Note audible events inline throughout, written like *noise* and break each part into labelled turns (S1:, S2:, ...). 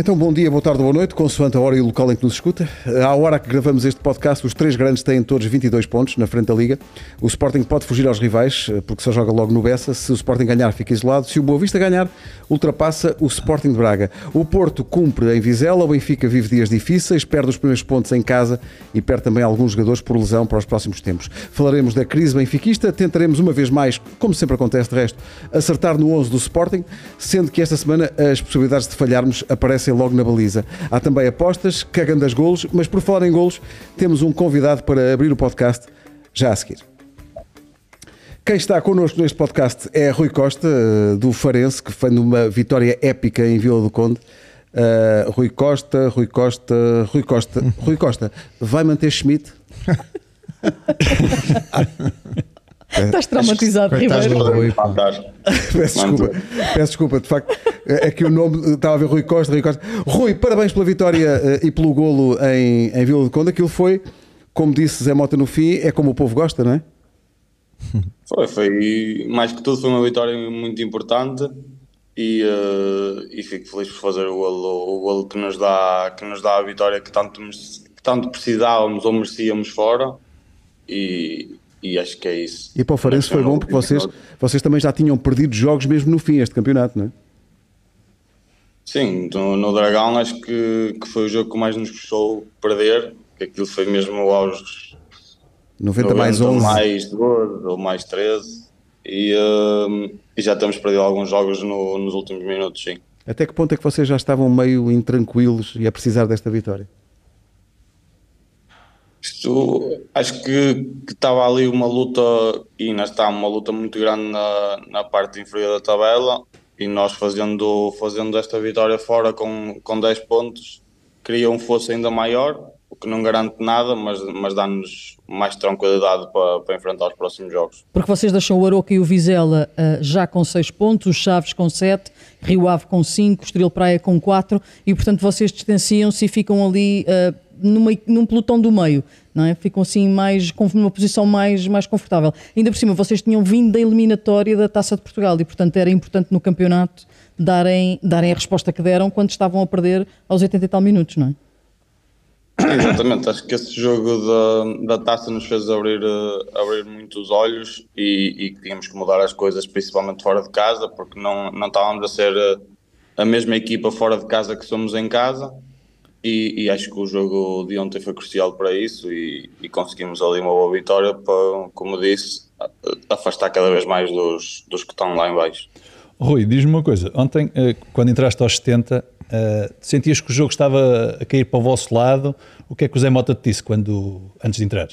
S1: Então, bom dia, boa tarde, boa noite, consoante a hora e o local em que nos escuta. À hora que gravamos este podcast, os três grandes têm todos 22 pontos na frente da Liga. O Sporting pode fugir aos rivais, eh, porque só joga logo no Bessa. Se o Sporting ganhar, fica isolado. Se o Boa Vista ganhar, ultrapassa o Sporting de Braga. O Porto cumpre em Vizela, o Benfica vive dias difíceis, perde os primeiros pontos em casa e perde também alguns jogadores por lesão para os próximos tempos. Falaremos da crise benfiquista, tentaremos uma vez mais, como sempre acontece de resto, acertar no 11 do Sporting, sendo que esta semana as possibilidades de falharmos aparecem logo na baliza. Há também apostas, cagandas golos, mas por falar em golos, temos um convidado para abrir o podcast já a seguir. Quem está connosco neste podcast é Rui Costa, do Farense, que foi numa vitória épica em Vila do Conde. Uh, Rui Costa, Rui Costa, Rui Costa, Rui Costa, vai manter Schmidt?
S2: Estás traumatizado, Ribeiro.
S1: peço desculpa, peço desculpa, de facto, é que o nome estava a ver Rui Costa, Rui Costa. Rui, parabéns pela vitória eh, e pelo golo em, em Vila do Conde. Aquilo foi, como disse Zé Mota no fim, é como o povo gosta, não é?
S3: Foi, foi. Mais que tudo, foi uma vitória muito importante e, eh, e fico feliz por fazer o golo, o golo que, nos dá, que nos dá a vitória que tanto, merece- que tanto precisávamos ou merecíamos fora. E, e acho que é isso.
S1: E para o Farense foi bom porque vocês, vocês também já tinham perdido jogos mesmo no fim este campeonato, não é?
S3: Sim, no, no Dragão acho que, que foi o jogo que mais nos custou perder, que aquilo foi mesmo aos
S1: 90 mais
S3: 90,
S1: 11.
S3: mais 12 ou mais 13. E, eh, e já estamos perdendo alguns jogos no- nos últimos minutos, sim.
S1: Até que ponto é que vocês já estavam meio intranquilos e a precisar desta vitória?
S3: Isto, acho que, que estava ali uma luta, e ainda está uma luta muito grande na, na parte inferior da tabela, e nós fazendo, fazendo esta vitória fora com, com 10 pontos, queria um fosse ainda maior, o que não garante nada, mas, mas dá-nos mais tranquilidade para, para enfrentar os próximos jogos.
S2: Porque vocês deixam o Aroca e o Vizela ah, já com 6 pontos, o Chaves com 7, Rio Ave com 5, Estoril Praia com 4 e, portanto, vocês distanciam-se e ficam ali ah, numa- num pelotão do meio, não é? Ficam assim mais, com uma posição mais, mais confortável. Ainda por cima, vocês tinham vindo da eliminatória da Taça de Portugal e, portanto, era importante no campeonato darem, darem a resposta que deram quando estavam a perder aos 80 e tal minutos, não é?
S3: Exatamente, acho que esse jogo da, da taça nos fez abrir, eh, abrir muito os olhos e, e que tínhamos que mudar as coisas, principalmente fora de casa, porque não, não estávamos a ser eh, a mesma equipa fora de casa que somos em casa. E, e acho que o jogo de ontem foi crucial para isso e, e conseguimos ali uma boa vitória para, como disse, a- a- afastar cada vez mais dos, dos que estão lá em baixo.
S4: Rui, diz-me uma coisa. Ontem, eh, quando entraste aos 70, eh, sentias que o jogo estava a cair para o vosso lado? O que é que o Zé Mota te disse quando, antes de entrar?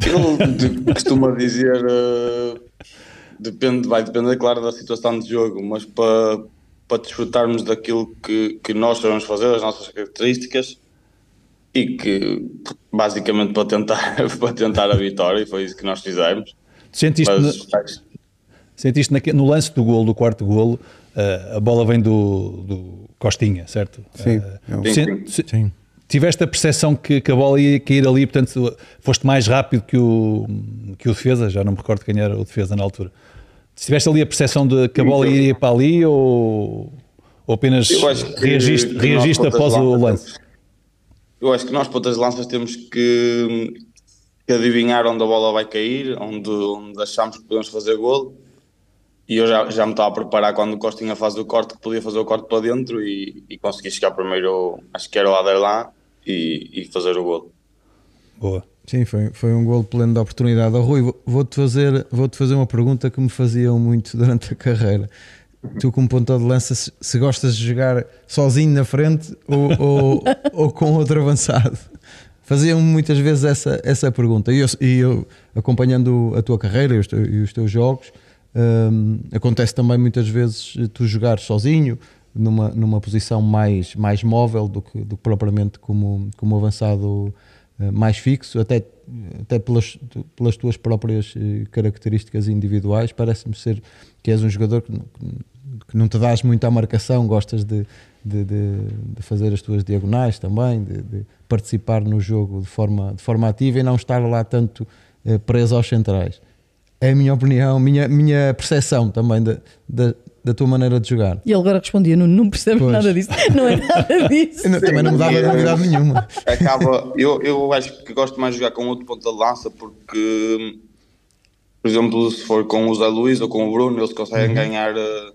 S3: Ele de- costuma dizer. eh, depende, vai depender, claro, da situação de jogo, mas para, para desfrutarmos daquilo que, que nós sabemos fazer, as nossas características e que basicamente para tentar, *laughs* para tentar a vitória, e foi isso que nós fizemos.
S4: Sentiste,
S3: Mas,
S4: na- sentiste naque- no lance do golo, do quarto golo, eh, a bola vem do, do Costinha, certo?
S1: Sim,
S4: Eh,
S1: é o-
S3: Sim,
S4: sen-
S3: sim.
S4: se- Tiveste a percepção que, que a bola ia cair ali, portanto, foste mais rápido que o, que o defesa, já não me recordo quem era o defesa na altura. Tiveste ali a percepção de que a bola iria para ali ou, ou apenas
S3: Então, Eu acho que-
S4: reagiste,
S3: que nós
S4: reagiste
S3: pontas
S4: após
S3: de
S4: o
S3: lança
S4: lance?
S3: Eu acho que nós, pontas de lanças, temos que, que adivinhar onde a bola vai cair, onde, onde achamos que podemos fazer golo. E eu já, já me estava a preparar quando o Costinha faz o corte, que podia fazer o corte para dentro e, e consegui chegar primeiro, acho que era o Aderlan, e, e fazer o golo.
S4: Boa.
S5: Sim, foi, foi um gol pleno de oportunidade. Ó, Rui, vou- vou-te fazer, vou fazer uma pergunta que me faziam muito durante a carreira. Tu, como ponta de lança, se, se gostas de jogar sozinho na frente ou, *laughs* ou, ou com outro avançado? Faziam-me muitas vezes essa, essa pergunta. E eu, e eu, acompanhando a tua carreira e os, teu- e os teus jogos, hum, acontece também muitas vezes tu jogares sozinho, numa, numa posição mais, mais móvel do que, do que propriamente como, como avançado eh, mais fixo, até, até pelas, tu- pelas tuas próprias eh, características individuais. Parece-me ser que és um jogador que, não- que não te dás muito à marcação, gostas de, de, de- de fazer as tuas diagonais também, de, de participar no jogo de forma, de forma ativa e não estar lá tanto eh, preso aos centrais. É a minha opinião, minha, minha percepção também da, da, da tua maneira de jogar.
S2: E ele agora respondia: Nuno, não percebes
S5: Pois.
S2: nada disso. Não é nada disso.
S5: Eu não- também não me dava
S3: Sim.
S5: novidade nenhuma.
S3: acaba. eu, eu acho que gosto mais de jogar com outro ponta de lança porque, por exemplo, se for com o Zé Luís ou com o Bruno, eles conseguem ganhar, eh,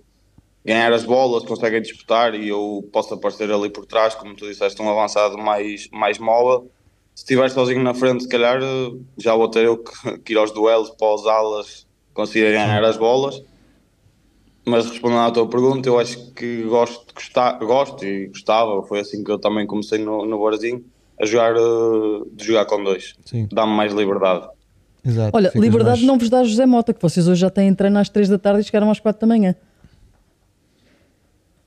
S3: ganhar as bolas, conseguem disputar e eu posso aparecer ali por trás, como tu disseste, um avançado mais, mais móvel. Se estiver sozinho na frente, se calhar eh, já vou ter eu que, que ir aos duelos para os alas conseguir ganhar as bolas. Mas respondendo à tua pergunta, eu acho que gosto, gosta- gosto e gostava, foi assim que eu também comecei no, no Borazinho, a jogar, eh, de jogar com dois.
S5: Sim.
S3: Dá-me mais liberdade.
S5: Exato.
S2: Olha,
S5: ficas
S2: liberdade
S5: mais-
S2: não vos dá José Mota, que vocês hoje já têm treino às 3 da tarde e chegaram às 4 da manhã.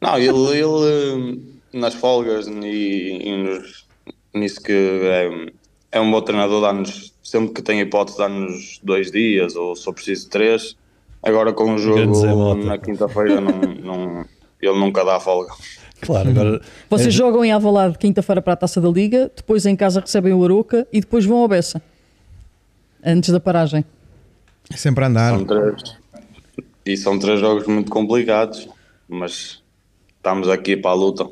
S3: Não, ele, ele eh, nas folgas e, e nos- nisso que é, é um bom treinador, dá-nos, sempre que tem hipótese, dá-nos dois dias ou só preciso três. Agora com o
S4: Zé
S3: jogo
S4: Mota.
S3: na quinta-feira, não, não, ele nunca dá folga.
S4: Claro, agora.
S5: É.
S2: Vocês jogam em Avalado quinta-feira para a Taça da Liga, depois em casa recebem o Aroca e depois vão ao Bessa. Antes da paragem.
S5: É sempre a andar.
S3: São três. E são três jogos muito complicados, mas estamos aqui para a luta.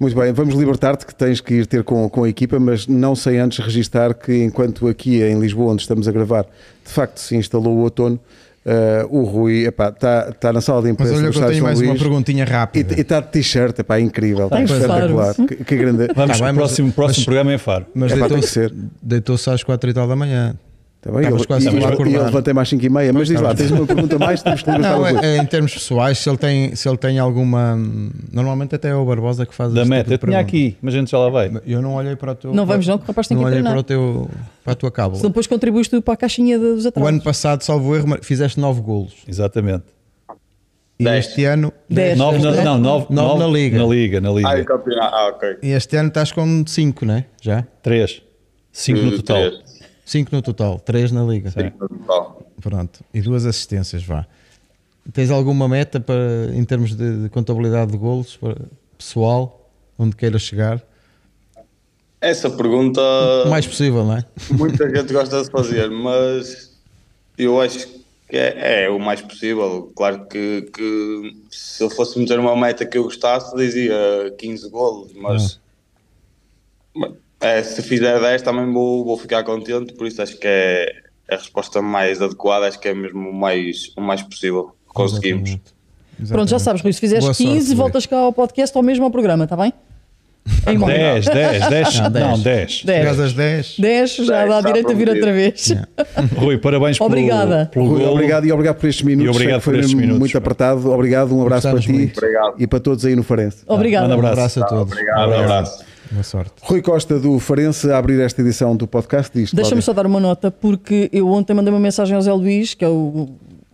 S1: Muito bem, vamos libertar-te que tens que ir ter com, com a equipa, mas não sem antes registar que enquanto aqui em Lisboa, onde estamos a gravar, de facto se instalou o outono, eh, o Rui está tá na sala de
S5: Mas
S1: imprensa
S5: olha
S1: do
S5: que eu
S1: Estádio
S5: tenho
S1: São
S5: mais uma
S1: Luís
S5: perguntinha
S1: e
S5: rápida.
S1: está de t-shirt, epá, é incrível,
S2: Tem que
S1: espetacular,
S2: faro.
S1: que, que grande...
S4: Vamos
S5: Tá
S4: para
S5: bem,
S4: o
S5: mas-
S4: próximo, próximo
S5: mas-
S4: programa em Faro.
S5: Mas
S1: É pá, tem que
S5: deitou-se
S1: ser.
S5: deitou-se às quatro e tal da manhã.
S1: Tá bem,
S5: Estavas
S1: ele-
S5: quase
S1: e,
S5: a
S1: e, e
S5: acordar.
S1: ele levantei mais 5 e meia, mas diz lá, tens uma pergunta a mais, temos que libertar
S5: Não,
S1: o Rui.
S5: é, é em termos pessoais, se ele tem, se ele tem alguma. Normalmente até é o Barbosa que faz
S4: Da
S5: este
S4: meta.
S5: tipo
S4: Eu
S5: de
S4: tinha
S5: pergunta.
S4: aqui, mas a gente já lá vai.
S5: Eu não olhei para o teu.
S2: Não vamos não, que o rapaz tem
S5: não
S2: que ir
S5: olhei
S2: treinar.
S5: para, o teu, para a tua
S2: Senão
S5: cábula.
S2: depois contribuís tu para a caixinha de- dos
S5: O
S2: atrasos.
S5: ano passado, salvo erro, mar- fizeste nove golos.
S4: Exatamente.
S5: E
S3: Dez.
S5: este ano.
S2: Dez.
S4: Nove na, não, nove,
S5: Nove na Liga.
S4: Na Liga, na Liga.
S3: Ah, e campeonato. Ah, ok.
S5: E este ano estás com cinco, não é? Já?
S4: Três. Cinco no total.
S3: Três.
S5: Cinco no total, três na liga.
S3: Bom,
S5: Pronto. E duas assistências, vá. Tens alguma meta para, em termos de, de contabilidade de golos para- pessoal, onde queiras chegar?
S3: Essa pergunta
S5: O mais possível, não é?
S3: muita gente gosta de fazer, mas eu acho que é, é o mais possível. Claro que, que se eu fosse meter uma meta que eu gostasse, dizia 15 golos, mas mas, é, se fizer 10 também vou, vou ficar contente, por isso acho que é a resposta mais adequada, acho que é mesmo o mais, o mais possível que conseguimos.
S5: Exatamente. Exatamente.
S2: Pronto, já sabes, Rui, se fizeres
S5: Boa sorte,
S2: 15,
S5: Rui.
S2: voltas cá ao podcast ou mesmo ao programa, está bem? Em mão.
S4: Dez, dez, dez.
S5: Não, dez.
S4: Não, dez.
S5: Chegas
S2: 10.
S5: às 10.
S2: 10, já
S3: Dez,
S2: dá
S3: está
S2: direito a vir
S3: prometido.
S2: outra vez.
S4: Rui, parabéns pelo-
S2: Obrigada.
S4: pelo,
S1: Rui,
S4: golo.
S1: obrigado e obrigado por estes minutos.
S4: E obrigado
S1: sei que
S4: por
S1: foi
S4: estes
S1: muito
S4: minutos.
S1: apertado. Obrigado, um abraço para
S5: Gostamos
S1: ti
S5: muito.
S3: Obrigado.
S1: e para todos aí no Farense.
S2: *laughs* Obrigada.
S4: Manda
S5: Um
S4: abraço.
S5: abraço a todos.
S3: Obrigado,
S4: Um abraço.
S3: abraço.
S5: Boa sorte.
S1: Rui Costa do Farense a abrir esta edição do podcast diz
S2: Deixa-me
S1: Cláudia.
S2: só dar uma nota, porque eu ontem mandei uma mensagem ao Zé Luís, que é o,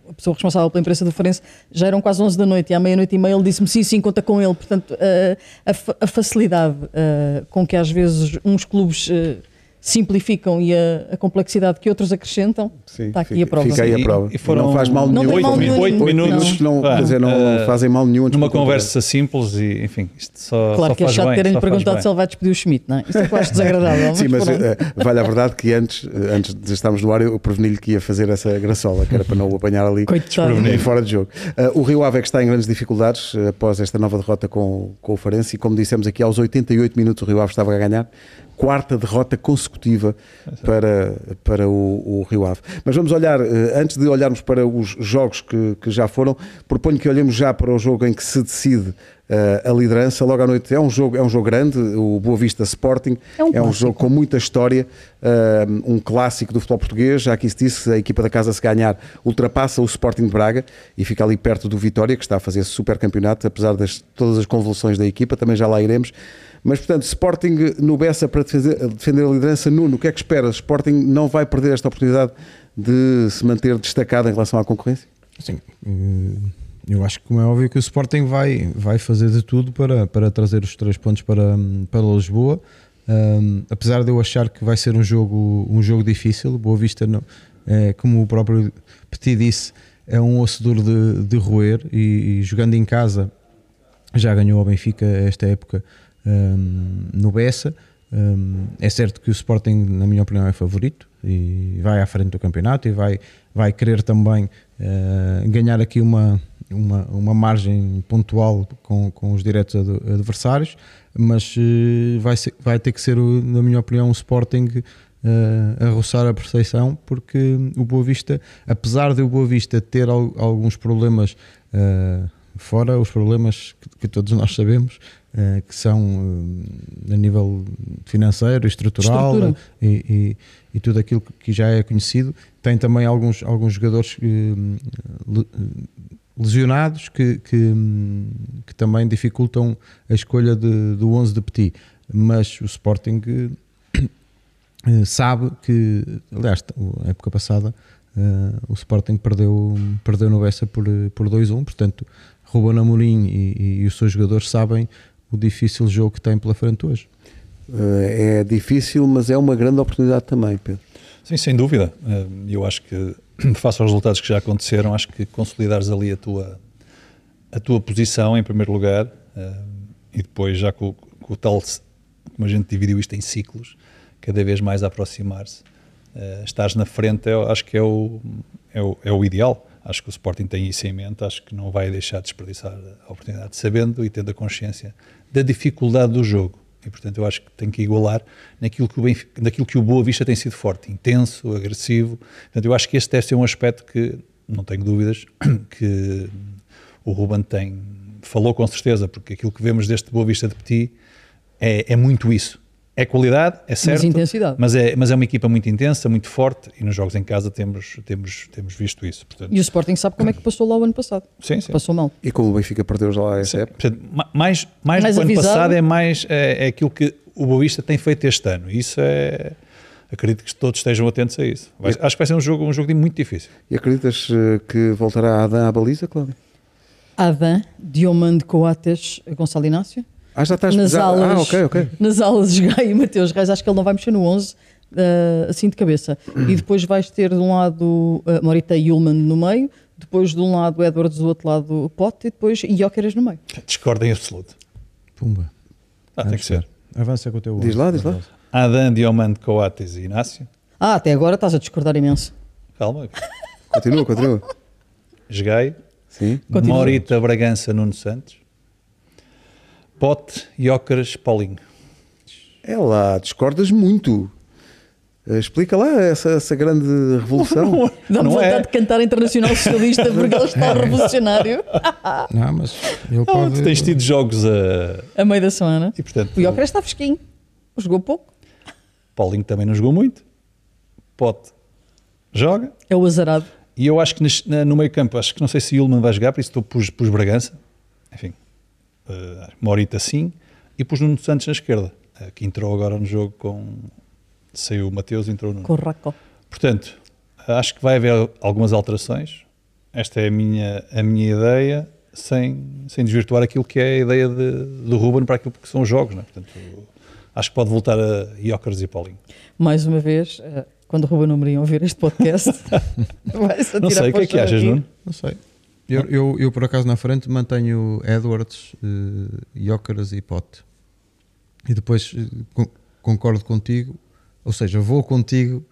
S2: a pessoa responsável pela imprensa do Farense, já eram quase 11 da noite, e à meia-noite e meia ele disse-me sim, sim, conta com ele. Portanto, eh, a, fa- a facilidade eh, com que às vezes uns clubes eh, simplificam e a, a complexidade que outros acrescentam,
S1: Sim,
S2: está aqui
S1: fica-
S2: a prova.
S1: Fica aí a prova.
S4: E- e foram
S1: não faz mal
S4: Não
S2: tem
S1: nenhum.
S2: mal nenhum.
S1: Oito
S2: Não.
S1: minutos que não,
S4: Ah,
S1: quer dizer, não
S4: ah,
S1: fazem mal nenhum. antes
S4: Numa
S1: do contrário.
S4: conversa simples e, enfim, isto só.
S2: Claro
S4: só
S2: que é
S4: faz
S2: chato
S4: bem,
S2: terem-lhe
S4: só faz
S2: perguntado
S4: bem.
S2: se ele vai despedir o Schmidt, não é? Isto é quase desagradável.
S1: *laughs* Sim, mas
S2: pronto.
S1: eh, vale a verdade que antes, eh, antes de estarmos no ar, eu preveni-lhe que ia fazer essa graçola, que era para não o apanhar ali
S2: Coitado.
S1: eh, fora de jogo. Eh, o Rio Ave é que está em grandes dificuldades eh, após esta nova derrota com, com o Farense e como dissemos aqui, aos 88 minutos o Rio Ave estava a ganhar. Quarta derrota consecutiva para, para o, o Rio Ave. Mas vamos olhar, eh, antes de olharmos para os jogos que, que já foram, proponho que olhemos já para o jogo em que se decide eh, a liderança. Logo à noite é um jogo, é um jogo grande, o Boa Vista Sporting.
S2: É um
S1: é um
S2: clássico.
S1: jogo com muita história, um, um clássico do futebol português. Já aqui se disse, a equipa da casa, se ganhar, ultrapassa o Sporting de Braga e fica ali perto do Vitória, que está a fazer super campeonato, apesar de todas as convulsões da equipa. Também já lá iremos. Mas, portanto, Sporting no Bessa para defender, defender a liderança. Nuno, o que é que esperas? Sporting não vai perder esta oportunidade de se manter destacado em relação à concorrência?
S5: Sim, eu acho que como é óbvio que o Sporting vai, vai fazer de tudo para, para trazer os três pontos para, para Lisboa. Um, apesar de eu achar que vai ser um jogo, um jogo difícil, Boa Vista, não, é, como o próprio Petit disse, é um osso duro de, de roer e, e jogando em casa já ganhou ao Benfica esta época hum, no Bessa. Hum, é certo que o Sporting, na minha opinião, é favorito e vai à frente do campeonato e vai, vai querer também eh, ganhar aqui uma, uma, uma margem pontual com, com os diretos ad- adversários, mas eh, vai, ser- vai ter que ser, o- na minha opinião, um Sporting eh, a roçar a perseguição, porque o Boa Vista, apesar de o Boa Vista ter al- alguns problemas, eh, fora os problemas que, que todos nós sabemos, eh, que são eh, a nível financeiro, estrutural
S2: Estrutura.
S5: eh, e, e- e tudo aquilo que- que já é conhecido, tem também alguns, alguns jogadores eh, le- lesionados que, que, que também dificultam a escolha de- do 11 de Petit. Mas o Sporting eh, *coughs* eh, sabe que, aliás, o- a época passada eh, o Sporting perdeu, perdeu no Bessa por, eh, por 2-1, portanto, Ruben Amorim e, e os seus jogadores sabem o difícil jogo que têm pela frente hoje.
S1: Eh, É difícil, mas é uma grande oportunidade também, Pedro.
S4: Sim, sem dúvida. Eh, Eu acho que, *clears throat* face aos resultados que já aconteceram, acho que consolidares ali a tua, a tua posição em primeiro lugar eh, e depois já com, com o tal, como a gente dividiu isto em ciclos, cada vez mais a aproximar-se, eh, estás na frente, eu acho que é o, é, o, é o ideal. Acho que o Sporting tem isso em mente, acho que não vai deixar de desperdiçar a oportunidade, sabendo e tendo a consciência da dificuldade do jogo. E, portanto, eu acho que tem que igualar naquilo que o, Benfica, naquilo que o Boa Vista tem sido forte, intenso, agressivo. Portanto, eu acho que este deve ser um aspecto que, não tenho dúvidas, *coughs* que o Ruben tem, falou com certeza, porque aquilo que vemos deste Boa Vista de Petit é, é muito isso. É qualidade, é certo.
S2: intensidade.
S4: Mas é, mas é uma equipa muito intensa, muito forte, e nos jogos em casa temos, temos, temos visto isso. Portanto,
S2: E o Sporting sabe como é que passou lá o ano passado.
S4: Sim, sim.
S2: Passou mal.
S1: E como o Benfica perdeu já lá essa época.
S4: Portanto, ma- mais, mais,
S2: Mais
S4: do que o ano
S2: avisado.
S4: passado é mais é, é aquilo que o Boavista tem feito este ano. Isso é. Acredito que todos estejam atentos a isso. Vai- acho que vai ser um jogo, um jogo muito difícil.
S1: E acreditas eh, que voltará Adam à baliza, Cláudio?
S2: Adam, Diomande Coates, Gonçalo Inácio.
S1: Ah, já estás
S2: Nas
S1: já-
S2: aulas,
S1: Ah, ok, ok.
S2: nas aulas Gaio e Mateus Reis, acho que ele não vai mexer no 11, eh, assim de cabeça. E depois vais ter de um lado eh, Morita e Ullman no meio, depois de um lado Edwards, do outro lado Pote e depois Jóqueres no meio.
S4: Discordo em absoluto.
S5: Pumba.
S4: Ah, tem que ser.
S5: Avança com o teu
S1: Diz lá, diz lá.
S4: Adan, Diomando, Coates e Inácio.
S2: Ah, até agora estás a discordar imenso.
S4: Calma.
S1: Continua, continua.
S4: Jogai.
S1: Sim.
S2: Continua.
S4: Morita, Bragança, Nuno Santos. Pote, Jóqueres, Paulinho.
S1: É lá, discordas muito. Eh, Explica lá essa, essa grande *laughs* revolução.
S2: Dá-me
S4: Não
S2: vontade
S4: é?
S2: de cantar Internacional Socialista porque ele
S4: *laughs*
S2: está *laughs* revolucionário
S5: Ah. Não, mas ele
S4: Ah,
S5: pode.
S4: tu tens tido jogos a.
S2: a meio da semana.
S4: E portanto,
S2: O Jóqueres está fresquinho, jogou pouco,
S4: Paulinho também não jogou muito. Pote joga.
S2: é o azarado.
S4: E eu acho que nas- na- no meio campo, acho que não sei se Ilman vai jogar, por isso estou pus, pus Bragança. Enfim, eh, Morita sim. E pus Nuno Santos na esquerda, eh, que entrou agora no jogo com. Saiu o Mateus, entrou o Nuno.
S2: Corraco.
S4: Portanto, acho que vai haver algumas alterações. Esta é a minha, a minha ideia, sem, sem desvirtuar aquilo que é a ideia de, do Ruben para aquilo que são os jogos. Não é? Portanto, acho que pode voltar a Iócaras e Paulinho.
S2: Mais uma vez, eh, quando o Ruben Amorim ouvir este
S4: *laughs*
S2: podcast, vai-se
S4: Não
S2: atirar
S4: sei, o que
S2: para
S4: é que achas,
S2: chorar.
S4: Nuno?
S5: Não sei. Eu, eu, eu, por acaso, na frente mantenho Edwards, Jócaras e Pote. E depois eh, con- concordo contigo, ou seja, vou contigo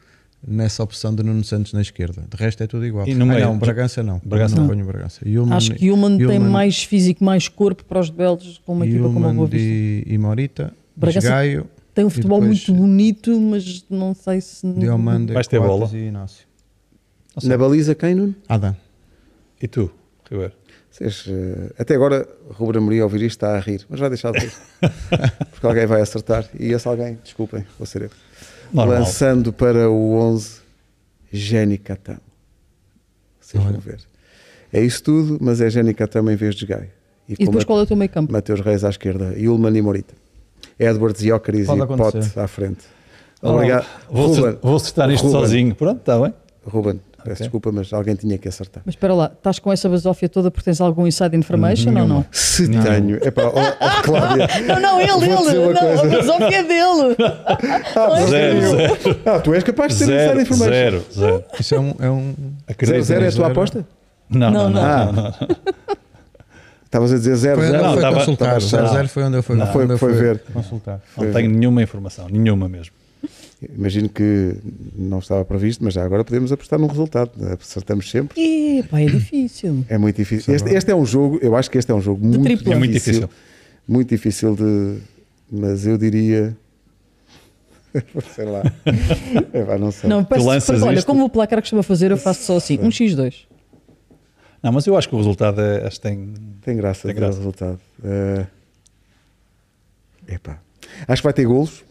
S5: nessa opção de Nuno Santos na esquerda. De resto é tudo igual.
S4: E no
S5: Ah,
S4: meio?
S5: não, Bragança não.
S4: Bragança
S5: não.
S4: não.
S5: ponho Bragança. Yulman-
S2: Acho que Human tem
S5: Yulman-
S2: mais físico, mais corpo para os belgas com uma equipa como a
S5: Yulman
S2: Boa Vista.
S5: e, e Morita,
S2: Bragança-
S5: Gaio,
S2: Tem um
S5: e
S2: futebol
S5: depois
S2: muito bonito, mas não sei se.
S5: Diomande,
S4: Vais ter
S5: Coates
S4: bola.
S5: e Inácio.
S1: Na baliza, quem, Nuno?
S5: Adam.
S4: E tu, Ribeiro?
S1: Vocês, eh, até agora, Ruben Amorim, ao ouvir isto, está a rir, mas vai deixar de *laughs* rir. Porque alguém vai acertar. E esse alguém, desculpem, vou ser eu.
S4: Normal.
S1: Lançando para o 11, Jenny Catamo. Vocês vão ver. É isso tudo, mas é Jenny Catamo em vez de Gai.
S2: E depois qual é o teu meio campo?
S1: Mateus Reis à esquerda, Yulman e Morita. Edwards e Ocaris
S5: Pode
S1: e
S5: acontecer.
S1: Pote à frente.
S4: Olá,
S1: Obrigado.
S4: Vou,
S1: Ruben,
S4: acertar- vou acertar isto
S1: Ruben.
S4: sozinho. Pronto, está bem.
S1: Ruben, peço desculpa, mas alguém tinha que acertar.
S2: Mas espera lá, estás com essa basófia toda porque tens algum inside information ou não?
S1: Se tenho. É para.
S4: *laughs*
S1: Cláudia.
S2: Não, não, ele,
S1: Vou dizer
S2: ele!
S1: uma
S2: Não, a
S1: coisa.
S2: basófia é
S5: *laughs*
S2: dele!
S1: Ah, mas
S4: Zero,
S1: eu-
S4: zero.
S1: Ah, tu és capaz de ter
S4: Zero,
S1: necessário informação.
S4: zero, zero.
S5: Isso é um. É um
S1: Zero,
S4: Acredito
S1: zero é a
S4: nisso.
S1: tua aposta?
S4: Não, não, não.
S1: Ah.
S4: não, não.
S1: Estavas a dizer É zero,
S5: foi onde
S1: zero.
S5: ele
S4: Não,
S5: foi
S4: tava-
S5: consultar.
S4: tava-
S5: 0-0 foi onde ele foi,
S1: Foi-
S5: onde ele
S1: foi ver.
S5: consultar.
S4: Não tenho nenhuma informação, nenhuma mesmo.
S1: Imagino que não estava previsto, mas já agora podemos apostar num resultado. Acertamos sempre.
S2: E, pá, é difícil.
S1: É muito difícil. Este, este é um jogo, eu acho que este é um jogo muito
S2: triplo.
S1: difícil.
S2: É
S4: muito difícil.
S1: Muito difícil de. Mas eu diria. *laughs* sei
S2: *laughs*
S1: lá. Epá, não sei.
S2: Não, peço,
S4: lanças
S2: olha,
S4: isto?
S2: como o placar costuma fazer, eu faço só assim, um x2.
S4: Não, mas eu acho que o resultado é, acho que tem.
S1: Tem graça
S4: Tem
S1: de dar o
S4: graça.
S1: resultado. Eh, Epá. Acho que vai ter golos.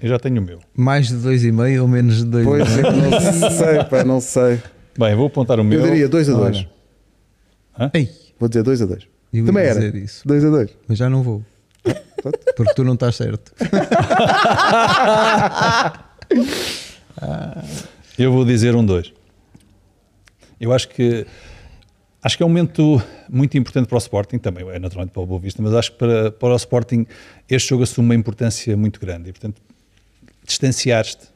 S4: Eu já tenho o meu.
S5: Mais de 2,5 ou menos de 2,5?
S1: Pois é, que
S2: *laughs*
S1: não sei, pá, não sei.
S4: Bem, vou apontar o meu.
S1: Eu diria 2 a 2.
S5: Olha.
S1: é.
S5: Ei,
S1: Vou dizer 2 a 2.
S5: eu
S1: Também
S5: ia
S1: era.
S5: dizer isso,
S1: 2 a 2.
S5: mas já não vou. Porque tu não estás certo.
S4: Eu vou dizer um 2. Eu acho que acho que é um momento muito importante para o Sporting, também é naturalmente para o Boa Vista, mas acho que para, para o Sporting este jogo assume uma importância muito grande e portanto distanciaste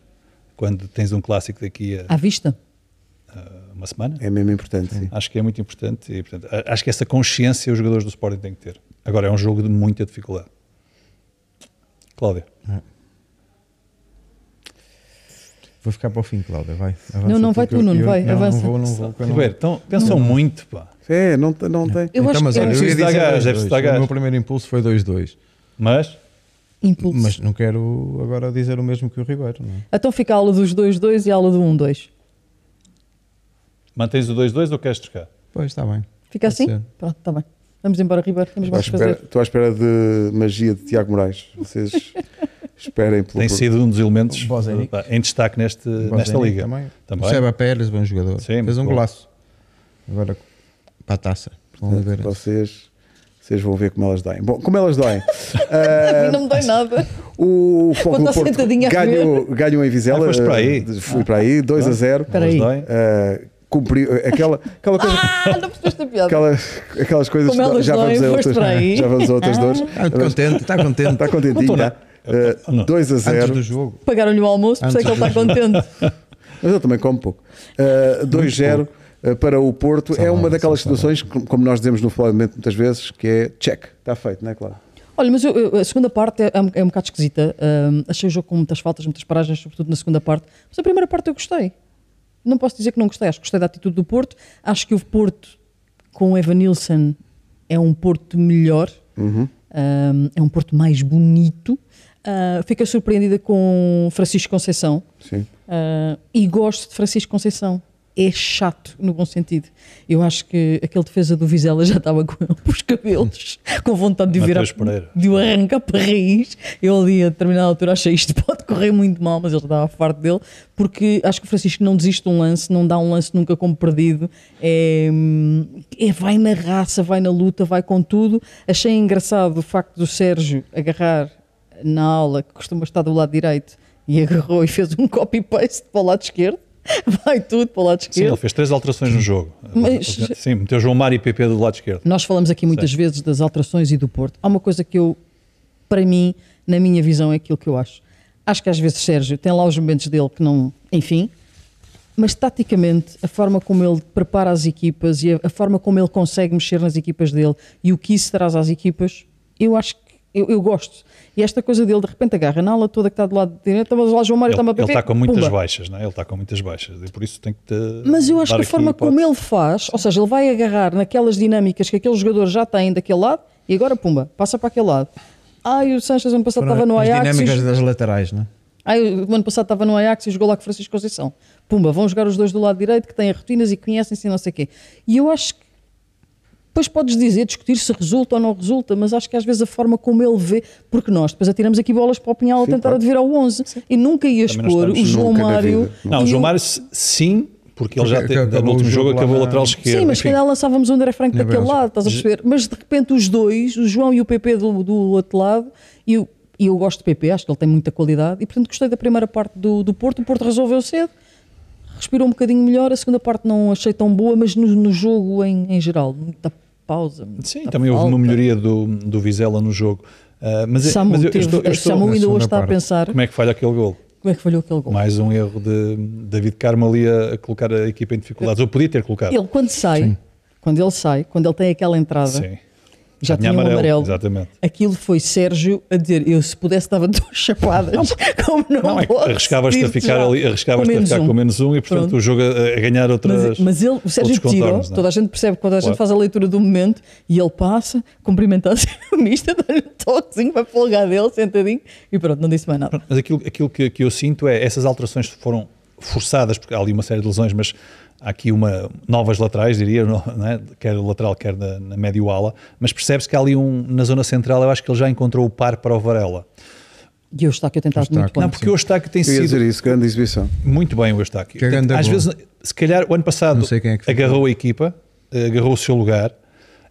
S4: quando tens um clássico daqui a,
S2: À vista.
S4: a uma semana.
S1: É mesmo importante, sim.
S4: Acho que é muito importante e portanto, a- acho que essa consciência os jogadores do Sporting têm que ter. Agora é um jogo de muita dificuldade. Cláudia,
S5: Vou ficar para o fim, Cláudia, vai. Avança
S2: Não, não, vai
S5: porque
S2: tu,
S5: eu-
S2: Nuno,
S5: eu-
S2: vai,
S5: não,
S2: avança.
S5: Não vou, não vou. que eu não-
S4: Ribeiro, então, pensam muito, pá.
S1: É, não, te- não tem.
S2: Eu acho
S5: Então, mas
S2: que é
S5: olha,
S2: um
S5: eu
S4: preciso
S5: ia dizer
S4: dar gás,
S5: dois,
S4: é
S5: dois.
S4: preciso dar
S5: O
S4: gás.
S5: meu primeiro impulso foi 2-2.
S4: Mas
S2: impulso.
S5: Mas não quero agora dizer o mesmo que o Ribeiro, não é?
S2: Então fica a aula dos 2-2 e a aula do 1-2.
S4: mantens o 2-2 ou queres trocar?
S5: Pois, está bem.
S2: Fica
S5: Pode
S2: assim?
S5: ser.
S2: Pronto, está bem. Vamos embora, Ribeiro. Temos
S1: Estou à
S2: mais que
S1: espera,
S2: fazer.
S1: estou à espera de magia de Tiago Moraes. Vocês esperem pelo.
S4: Tem sido um dos elementos
S5: Bozenic.
S4: pá, em destaque neste, nesta
S5: Bozenic
S4: liga.
S5: Também.
S4: Também.
S5: O Seba Pérez, bom jogador.
S4: Sim,
S5: Fez
S4: muito
S5: um
S4: bom.
S5: golaço. Agora para a taça. Vão
S1: Portanto,
S5: ver.
S1: Vocês, vocês vão ver como elas doem. Bom, como elas doem. *laughs* Ah,
S2: A mim *laughs* não me dói nada.
S1: O Foco
S2: Vou
S1: do
S2: estar
S1: Porto
S2: sentadinha a
S1: ganhou, ganhou em
S4: Ah,
S1: Vizela.
S4: foste para aí.
S1: eh, Fui para aí, 2 a 0.
S2: Espera aí.
S4: Mas dói.
S1: Eh, cumpriu eh, aquela, aquela coisa.
S2: Ah, não percebeste a piada.
S1: Aquelas, aquelas coisas
S2: Como elas
S1: já vamos,
S2: doem,
S1: a
S2: foste
S1: outras,
S2: para aí. Ah!
S1: já vamos a outras dores.
S5: Está Ah, contente, está contente.
S1: Está contentinho,
S4: Não estou,
S1: tá?
S4: não. Eu estou-
S1: Eh,
S4: não.
S1: 2 a 0.
S5: Antes do jogo.
S2: Pagaram-lhe o almoço, por isso é que ele está contente.
S1: Mas eu também como pouco. Uh, 2-0 uh, para o Porto. é uma daquelas situações, com- como nós dizemos no futebol muitas vezes, que é check. Está feito, não é claro?
S2: Olha, mas eu- eu- a segunda parte é, é um- é um bocado esquisita. Ahm, achei o jogo com muitas faltas, muitas paragens, sobretudo na segunda parte. Mas a primeira parte eu gostei. Não posso dizer que não gostei. Acho que gostei da atitude do Porto. Acho que o Porto, com o Evanilson, é um Porto melhor. Ahm, é um Porto mais bonito. Ah, fiquei surpreendida com Francisco Conceição.
S1: Sim.
S2: Ah, e gosto de Francisco Conceição. É chato, no bom sentido. Eu acho que aquele defesa do Vizela já estava com ele *laughs* pelos cabelos, com vontade de o virar,
S4: Mateus Pereira.
S2: de o arrancar para a raiz. Eu ali, a determinada altura, achei isto pode correr muito mal, mas ele já estava farto dele, porque acho que o Francisco não desiste de um lance, não dá um lance nunca como perdido. É, é- vai na raça, vai na luta, vai com tudo. Achei engraçado o facto do Sérgio agarrar na aula que costuma estar do lado direito e agarrou e fez um copy-paste para o lado esquerdo. *laughs* Vai tudo para o lado
S4: Sim, ele
S2: esquerdo.
S4: fez três alterações no jogo.
S2: Mas-
S4: Sim, meteu João Mário e PP do lado esquerdo.
S2: Nós falamos aqui muitas vezes das alterações e do Porto. Há uma coisa que eu, para mim, na minha visão, é aquilo que eu acho. Acho que às vezes Sérgio tem lá os momentos dele que não. Enfim. Mas taticamente, a forma como ele prepara as equipas e a, a forma como ele consegue mexer nas equipas dele e o que isso traz às equipas, eu acho que. Eu, eu gosto. E esta coisa dele, de repente, agarra na aula toda que está do lado direito, mas lá João Mário
S4: Ele
S2: está-me a
S4: ele está
S2: bater,
S4: com muitas
S2: pumba.
S4: baixas, não é? Ele está com muitas baixas. E por isso tem que te.
S2: Mas eu acho
S4: dar
S2: que a
S4: aqui um
S2: forma como
S4: hipótese.
S2: ele faz, ou seja, ele vai agarrar naquelas dinâmicas que aquele jogador já tem daquele lado e agora, pumba, passa para aquele lado. Ai, o Sanches ano passado estava no
S5: As
S2: Ajax.
S5: dinâmicas
S2: e-
S5: das laterais, não é?
S2: Ai, o ano passado estava no Ajax e jogou lá com o Francisco Conceição. Pumba, vão jogar os dois do lado direito que têm rotinas e conhecem-se e não sei o quê. E eu acho que. Depois podes dizer, discutir se resulta ou não resulta, mas acho que às vezes a forma como ele vê, porque nós depois atiramos aqui bolas para o Pinhal a
S1: Sim,
S2: tentar
S1: claro.
S2: adivinhar ao 11 e nunca ias
S4: Também não
S2: pôr o
S4: estamos
S2: João
S1: nunca na
S2: Mário.
S1: vida.
S4: Não,
S2: e
S4: o João
S2: o-
S4: Mário, se- sim, porque ele já
S5: Porque é
S4: tem.
S5: acabou
S4: No último
S5: o
S4: jogo
S5: jogo lá
S4: acabou
S5: na-
S4: lateral
S5: Sim,
S4: esquerdo.
S2: Sim, mas se
S4: enfim. é
S2: calhar lançávamos um André Franco
S5: Na
S2: daquele
S5: Bélgica.
S2: lado, estás a perceber? Mas de repente os dois, o João e o PP do, do outro lado, e eu, e eu gosto de PP, acho que ele tem muita qualidade, e portanto gostei da primeira parte do, do Porto, o Porto resolveu cedo, respirou um bocadinho melhor, a segunda parte não achei tão boa, mas no, no jogo em, em geral, muita pausa. muita
S4: Sim, também houve uma
S2: falta.
S4: melhoria do, do Vizela no jogo. Ah, mas,
S2: Samu,
S4: mas eu, eu
S2: teve-
S4: estou, eu estou-
S2: Samu
S5: na
S2: ainda hoje
S5: segunda
S2: está a
S5: parte.
S2: pensar como
S4: Como é que falha aquele gol?
S2: é, que falhou aquele gol.
S4: Mais um erro de David Carmo ali a, a colocar a equipa em dificuldades. Ou podia ter colocado.
S2: Ele quando sai, quando ele sai, quando ele tem aquela entrada,
S4: Sim.
S2: né? Já tinha um amarelo.
S4: Exatamente.
S2: Aquilo foi Sérgio a dizer: eu se pudesse dava *laughs* duas chapadas, como não,
S4: Não, é que
S2: posso,
S4: arriscavas-te a
S2: digo-te
S4: ficar
S2: já,
S4: ali, arriscavas-te a
S2: menos
S4: ficar
S2: um.
S4: com menos um e portanto
S2: Pronto.
S4: o jogo a, a ganhar
S2: Mas,
S4: outras.
S2: é, mas ele, o Sérgio
S4: outros
S2: tirou,
S4: contornos, não é?
S2: toda a gente percebe, quando a gente
S4: Claro.
S2: faz a leitura do momento e ele passa, *laughs* cumprimenta o mista, dá-lhe um toquezinho para folgar dele, sentadinho e pronto, não disse mais nada.
S4: Mas aquilo, aquilo que, que eu sinto é essas alterações foram forçadas, porque há ali uma série de lesões, mas há aqui uma, novas laterais, diria, não, não é? quer lateral, quer na, na médio ala, mas percebe-se que há ali um, na zona central, eu acho que ele já encontrou o par para o Varela.
S2: E eu está que eu tentava muito
S5: Eustáquio.
S2: bem.
S4: Não, porque o Eustáquio tem
S1: Eu ia
S4: sido
S1: dizer isso, grande exibição.
S4: muito bem o Eustáquio.
S5: Que é grande
S4: Portanto, às
S5: gol.
S4: vezes, se calhar, o ano passado
S5: Não sei quem é que ficou.
S4: agarrou a equipa, eh, agarrou o seu lugar.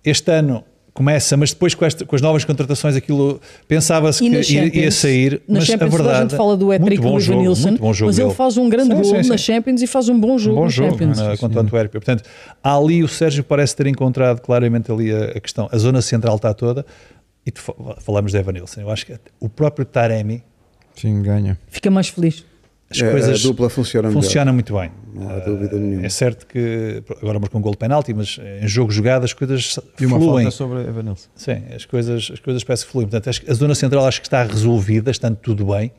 S4: Este ano começa, mas depois com, esta- com as novas contratações aquilo pensava-se
S2: E
S4: que
S2: na
S4: ia,
S2: Champions,
S4: ia sair,
S2: na
S4: mas
S2: Champions
S4: a
S2: toda
S4: verdade é
S2: a gente fala do
S4: muito
S2: hat-trick do
S4: bom jogo,
S2: Nilsson,
S4: muito bom jogo
S2: mas ele
S4: dele.
S2: faz um grande
S4: Sim,
S2: gol
S4: sim,
S2: na
S4: sim.
S2: Champions e faz um bom
S4: Um
S2: jogo
S4: bom
S2: na
S4: jogo
S2: Champions.
S4: na, contra o Antuérpia. Portanto, ali o Sérgio parece ter encontrado claramente ali a, a questão. A zona central está toda. E tu fa- falamos de Evanilson. Eu acho que o próprio Taremi,
S5: Sim, ganha.
S2: Fica mais feliz.
S4: as
S1: É,
S4: coisas
S1: a dupla funciona melhor.
S4: funcionam muito bem.
S1: Não há
S5: Ah,
S1: dúvida nenhuma.
S4: É certo que agora marcou um gol de penalti, mas em jogo jogado as coisas
S5: E uma
S4: fluem.
S5: falta sobre Evanilson.
S4: Sim, as coisas, as coisas parecem que fluem. Portanto, acho que a zona central acho que está resolvida, estando tudo bem.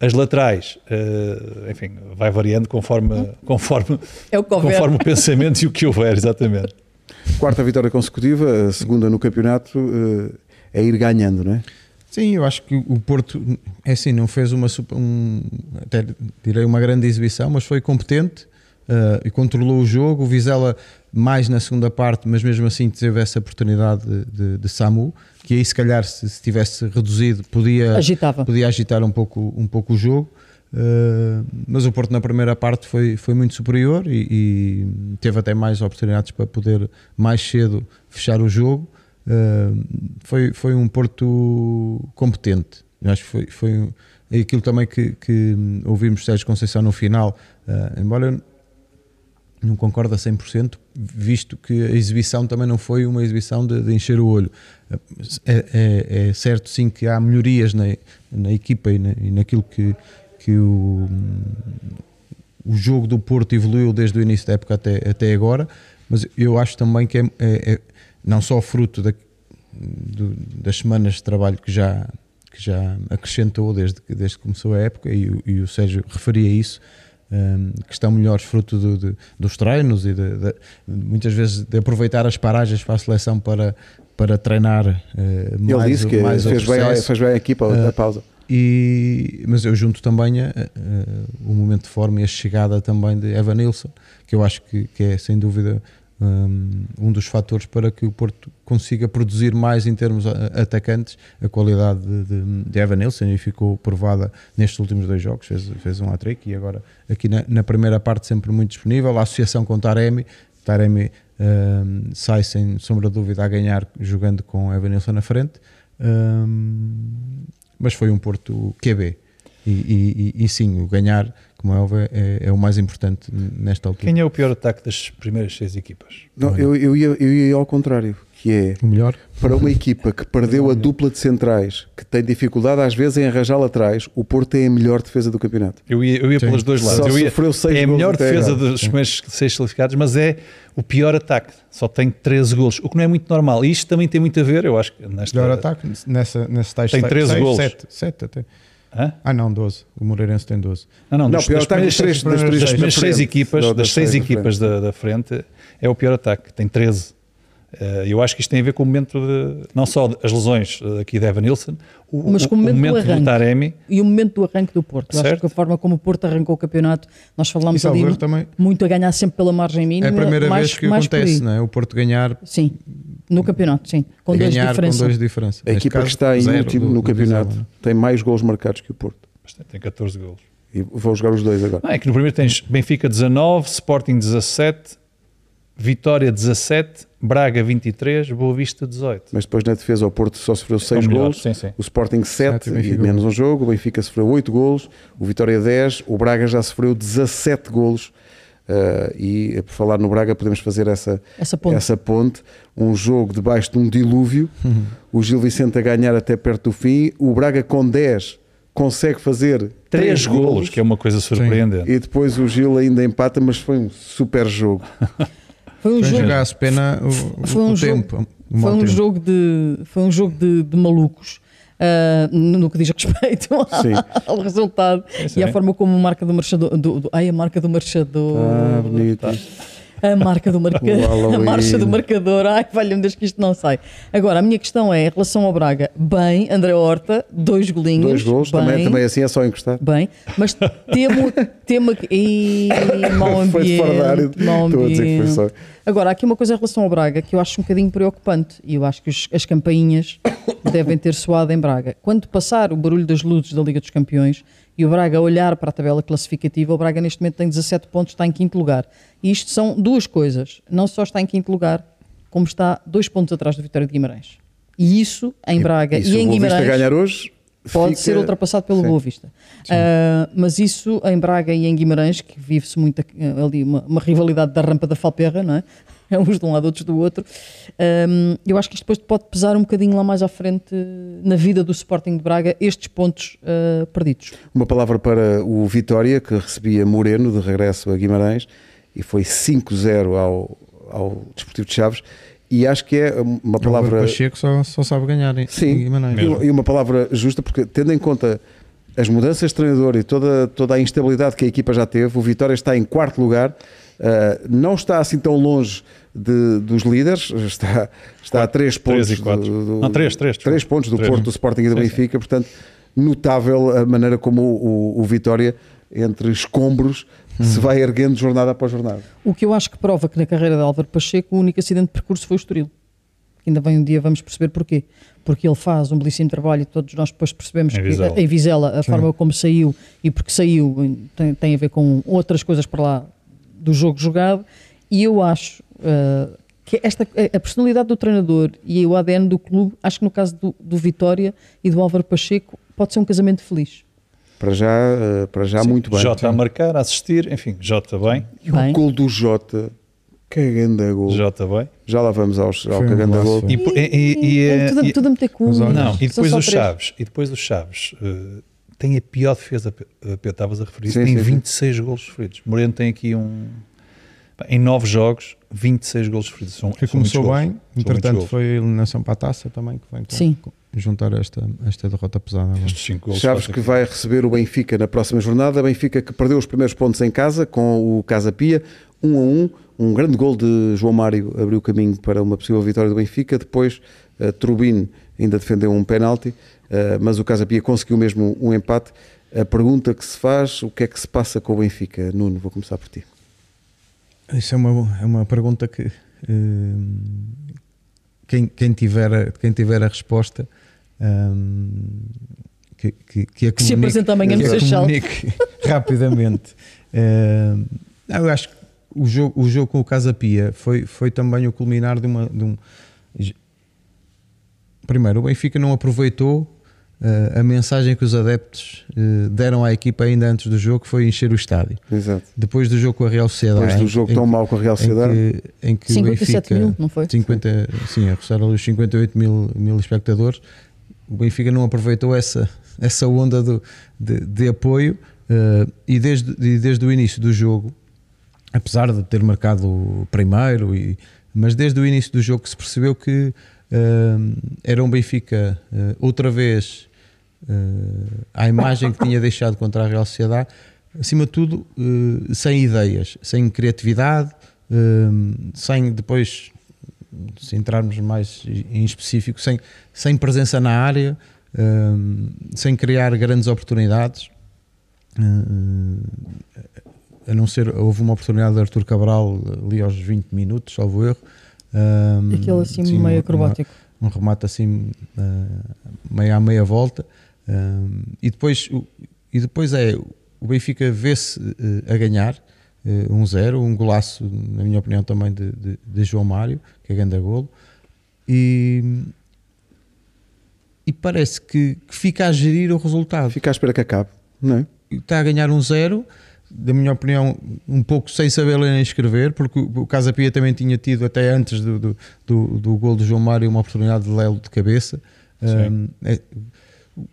S4: As laterais, eh, enfim, vai variando conforme, conforme,
S2: Uhum. É o que houver.
S4: conforme o pensamento e o que houver, exatamente.
S1: Quarta vitória consecutiva, a segunda no campeonato, eh, é ir ganhando, não é?
S5: Sim, eu acho que o Porto, é assim, não fez uma super, um, até direi uma grande exibição, mas foi competente eh, e controlou o jogo. O Vizela mais na segunda parte, mas mesmo assim teve essa oportunidade de, de, de Samu, que aí se calhar se, se tivesse reduzido podia,
S2: Agitava.
S5: podia agitar um pouco, um pouco o jogo. Eh, mas o Porto na primeira parte foi, foi muito superior e, e teve até mais oportunidades para poder mais cedo fechar o jogo. Eh, foi, foi um Porto competente. Eu acho que foi, foi um- é aquilo também que, que ouvimos Sérgio Conceição no final, eh, embora eu não concordo a 100%, visto que a exibição também não foi uma exibição de, de encher o olho. É, é- é certo, sim, que há melhorias na, na equipa e, na- e naquilo que, que o, o jogo do Porto evoluiu desde o início da época até, até agora, mas eu acho também que é, é- é não só fruto da- do- das semanas de trabalho que já, que já acrescentou desde, que- desde que começou a época, e, o- e o Sérgio referia isso, hum, que estão melhores fruto do- do- dos treinos e de- de- muitas vezes de aproveitar as paragens para a seleção para, para treinar eh,
S1: Ele
S5: mais,
S1: disse
S5: o-
S1: que
S5: mais o
S1: fez bem, a-
S5: processo. Ah,
S1: fez bem a equipa a pausa.
S5: E- mas eu junto também a- a- o momento de forma e a chegada também de Evan Nilsson, que eu acho que, que é sem dúvida hum, um dos fatores para que o Porto consiga produzir mais em termos a- atacantes a qualidade de, de, de Evan Nilsson e ficou provada nestes últimos dois jogos. Fez, fez um hat-trick e agora aqui na, na primeira parte sempre muito disponível. A associação com Taremi, Taremi hum, sai sem sombra de dúvida a ganhar jogando com Evan Nilsson na frente. Hum, mas foi um Porto QB. E, e- e- e sim, o ganhar, como é óbvio, é, é o mais importante nesta altura.
S4: *laughs* Quem é o pior ataque das primeiras seis equipas?
S1: Não, eu, eu, ia, eu ia ao contrário, que é
S5: O melhor?
S1: para uma equipa que perdeu a dupla de centrais, que tem dificuldade às vezes em arranjá-la atrás, o Porto é a melhor defesa do campeonato.
S4: Eu ia, eu ia
S5: Sim.
S4: pelos dois lados.
S1: Só
S4: Eu ia-
S1: sofreu seis
S4: é a
S1: golos
S4: melhor
S1: até
S4: defesa
S1: agora.
S4: dos primeiros seis classificados, mas é o pior ataque. Só tem 13 golos, o que não é muito normal. E isto também tem muito a ver, eu acho que nesta.
S5: Melhor ataque nessa, nessa tais
S4: Tem 13 golos.
S5: 7, até.
S4: Hã?
S5: Ah, não, 12. O Moreirense tem 12.
S4: Não, não,
S1: Não,
S4: dos-
S1: pior
S4: das
S1: ataque dos três- das
S4: primeiras-
S1: três
S4: das
S1: da
S4: primeiras seis
S1: frente.
S4: equipas,
S1: Não,
S4: das
S1: das
S4: seis
S1: três da
S4: equipas da, da frente, é o pior ataque, tem 13. Eh, Eu acho que isto tem a ver com o momento de, não só as lesões eh, aqui de Evan Nilsson, o,
S2: Mas com o
S4: o
S2: momento do
S4: momento
S2: arranque.
S4: do Taremi,
S2: E o momento do arranque do Porto. Eu Acho
S4: Certo.
S2: que a forma como o Porto arrancou o campeonato, nós
S5: E
S2: falámos ali
S5: Salvador também.
S2: muito a ganhar sempre pela margem
S5: É
S2: mínima.
S5: a primeira
S2: mais,
S5: vez que
S2: mais por
S5: acontece,
S2: aí.
S5: não é? O Porto ganhar,
S2: Sim, no campeonato, sim. Com dois
S5: ganhar com
S2: diferenças.
S5: dois de diferença.
S1: A
S5: Neste
S1: equipa que
S5: caso,
S1: está em
S5: zero
S1: último
S5: do-
S1: no
S5: do
S1: campeonato
S5: Vizela,
S1: tem mais gols marcados que o Porto.
S4: Mas tem- tem 14 golos.
S1: E vão jogar os dois agora.
S4: Ah, é que no primeiro tens Benfica 19, Sporting 17, Vitória 17, Braga 23, Boa Vista 18.
S1: Mas depois na defesa o Porto só sofreu 6
S4: melhor,
S1: golos,
S4: sim, sim.
S1: o Sporting
S5: Sete
S1: 7
S5: e o
S1: e
S5: Benfica
S1: menos um jogo, o Benfica sofreu 8 golos, o Vitória 10, o Braga já sofreu 17 golos. Ah, e eh, por falar no Braga, podemos fazer essa,
S2: Essa ponte.
S1: ponte. Um jogo debaixo de um dilúvio,
S2: Uhum.
S1: o Gil Vicente a ganhar até perto do fim, o Braga com 10 consegue fazer
S4: 3 golos, que é uma coisa surpreendente.
S1: e depois o Gil ainda empata, mas foi um super jogo.
S2: Foi um
S5: Para
S2: jogo.
S5: jogar-se pena o,
S2: Foi
S5: o
S2: um jogo-
S5: tempo. o
S2: Foi
S5: mau
S2: um,
S5: tempo.
S2: jogo de, foi um jogo de, de malucos. ah, no no que diz respeito *laughs*
S1: Sim.
S2: ao resultado
S4: Isso
S2: e à
S4: é.
S2: forma como a marca do marchador do, do- ai, a marca do marchador
S1: Ah, bonito.
S2: a marca do marcador,
S1: Halloween.
S2: *laughs* a marcha do marcador. Ai, valha-me Deus que isto não sai. Agora, a minha questão é, em relação ao Braga, bem, André Horta, dois golinhos.
S1: Dois gols,
S2: bem,
S1: também, também assim é só encostar.
S2: Bem, mas
S1: *laughs*
S2: temo, temo que. Ih, mau ambiente.
S1: Foi de fora da área.
S2: mau
S1: Estou a dizer que foi
S2: ambiente.
S1: só.
S2: Agora, há aqui uma coisa em relação ao Braga que eu acho um bocadinho preocupante e eu acho que os- as campainhas devem ter soado em Braga. Quando passar o barulho das luzes da Liga dos Campeões e o Braga olhar para a tabela classificativa, o Braga neste momento tem 17 pontos, está em quinto lugar. E isto são duas coisas. Não só está em quinto lugar, como está dois pontos atrás do Vitória de Guimarães. E isso em Braga e,
S1: E se o
S2: em
S1: Boa Vista
S2: Guimarães
S1: ganhar hoje,
S2: pode
S1: fica-
S2: ser ultrapassado pelo Boa Vista. Ah, mas isso em Braga e em Guimarães, que vive-se muito ah, ali uma, uma rivalidade da rampa da Falperra, não é? *laughs* É uns de um lado, outros do outro. Ahm, eu acho que isto depois pode pesar um bocadinho lá mais à frente eh, na vida do Sporting de Braga, estes pontos ah, perdidos.
S1: Uma palavra para o Vitória, que recebia Moreno de regresso a Guimarães e foi 5-0 ao, ao Desportivo de Chaves. E acho que é uma
S5: O Álvaro
S1: palavra.
S5: Pacheco só, só sabe ganhar em,
S1: Sim,
S5: em Guimarães.
S1: e uma- e uma palavra justa, porque tendo em conta as mudanças de treinador e toda, toda a instabilidade que a equipa já teve, o Vitória está em quarto lugar, ah, não está assim tão longe de- dos líderes, está, está a três
S4: três
S1: pontos.
S4: e quatro. Não, três, três, desculpa.
S1: três pontos do
S4: Três.
S1: Porto, do Sporting e do
S4: Sim, sim.
S1: Benfica, portanto, notável a maneira como o, o- o Vitória, entre escombros,
S4: Hum.
S1: se vai erguendo jornada após jornada.
S2: O que eu acho que prova que na carreira de Álvaro Pacheco o único acidente de percurso foi o Estoril. Ainda bem um dia vamos perceber porquê. Porque ele faz um belíssimo trabalho e todos nós depois percebemos
S4: Em
S2: que
S4: Vizela.
S2: a- em Vizela, a forma como saiu e porque saiu tem, tem a ver com outras coisas para lá do jogo jogado. E eu acho ah, que esta, a- a personalidade do treinador e o ADN do clube, acho que no caso do, do Vitória e do Álvaro Pacheco, pode ser um casamento feliz.
S1: Para já, ah, para já muito bem.
S4: Jota a marcar, a assistir, enfim, Jota bem,
S1: O
S2: Bem,
S1: gol do Jota, cagando a gol.
S4: Jota bem.
S1: Já lá vamos aos, ao
S5: Foi um
S1: cagando a
S5: golaço,
S1: gol.
S5: foi.
S4: E, por- e- e- e-
S2: é tudo,
S4: e-
S2: tudo a meter com
S4: não, e depois
S2: só
S4: os
S2: três.
S4: Chaves, e depois os Chaves eh, tem a pior defesa, Pe- eh, Pedro, estavas a referir,
S1: Sim,
S4: tem
S1: sim, sim.
S4: 26 golos sofridos. Moreno tem aqui um pá, em 9 jogos, 26 golos sofridos. São,
S5: Que
S4: são muitos
S5: começou
S4: golos.
S5: bem,
S4: São muitos
S5: entretanto
S4: golos.
S5: foi a eliminação para a taça também, que vai então
S2: Sim.
S5: juntar esta, esta derrota pesada. agora.
S4: Estes cinco golos
S1: Chaves
S4: fazem-
S1: que vai receber o Benfica na próxima jornada. Benfica que perdeu os primeiros pontos em casa com o Casa Pia, 1 a 1. Um grande gol de João Mário abriu o caminho para uma possível vitória do Benfica. Depois, eh, Trubin ainda defendeu um penalti, eh, mas o Casa Pia conseguiu mesmo um empate. A pergunta que se faz, o que é que se passa com o Benfica? Nuno, vou começar por ti.
S5: Isso é uma, é uma pergunta que hum, quem, quem, tiver a, quem tiver a resposta hum, que, que, que a
S2: Que se
S5: comunique-
S2: apresenta amanhã no
S5: que a
S2: Seixal.
S5: comunique *laughs* rapidamente. Hum, não, eu acho que o jogo, o jogo com o Casa Pia foi, foi também o culminar de uma. De um, primeiro, o Benfica não aproveitou eh, a mensagem que os adeptos eh, deram à equipa ainda antes do jogo, que foi encher o estádio
S1: Exato.
S5: depois do jogo com a Real Sociedade.
S1: Depois do
S5: em-
S1: jogo
S5: em
S1: tão
S5: que-
S1: mau com a Real Sociedade.
S5: Em que, em que o
S2: 57
S5: Benfica-
S2: mil, não foi?
S5: 50, sim, arrocharam ali os 58 mil, mil espectadores. O Benfica não aproveitou essa, essa onda do- de, de apoio eh, e, desde, e desde o início do jogo, apesar de ter marcado o primeiro, e, mas desde o início do jogo que se percebeu que eh, era um Benfica eh, outra vez eh, à imagem que tinha deixado contra a Real Sociedade, acima de tudo eh, sem ideias, sem criatividade, eh, sem depois se entrarmos mais em específico, sem, sem presença na área, hum, sem criar grandes oportunidades. Hum, a não ser, houve uma oportunidade de Arthur Cabral ali aos 20 minutos, salvo erro. Hum,
S2: Aquele assim
S5: sim,
S2: meio
S5: uma-
S2: acrobático.
S5: um remate assim ah, meio à meia volta Ah, e depois o- e depois é o Benfica vê-se eh, a ganhar eh, 1-0, um golaço na minha opinião também de, de- de João Mário que é grande golo e, e parece que, que fica a gerir o resultado
S1: Fica à espera que acabe, não é?
S5: está a ganhar um zero, da minha opinião, um pouco sem saber ler nem escrever, porque o o Casa Pia também tinha tido, até antes do, do, do, do gol do João Mário, uma oportunidade de lelo de cabeça.
S4: Sim.
S5: Hum, é-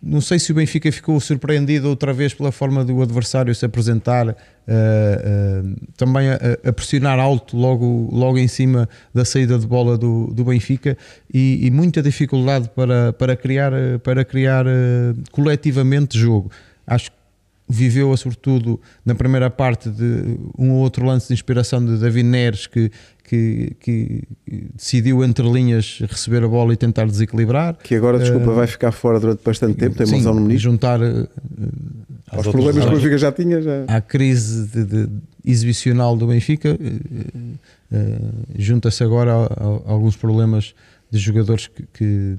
S5: Não sei se o Benfica ficou surpreendido outra vez pela forma do adversário se apresentar, eh, eh, também a, a pressionar alto logo, logo em cima da saída de bola do, do Benfica e, e muita dificuldade para, para criar, eh, para criar eh, coletivamente jogo. Acho que viveu-a sobretudo na primeira parte de um ou outro lance de inspiração de David Neres que, que, que decidiu entre linhas receber a bola e tentar desequilibrar.
S1: Que agora, desculpa, vai ficar fora durante bastante tempo, tem
S5: Eh, Sim,
S1: mãozão no ministro.
S5: juntar eh,
S4: Às
S1: Aos
S4: outras
S1: problemas que o
S4: razões.
S1: Benfica já tinha, já.
S5: à crise de, de exibicional do Benfica, eh, eh, junta-se agora a, a- a alguns problemas de jogadores que, que-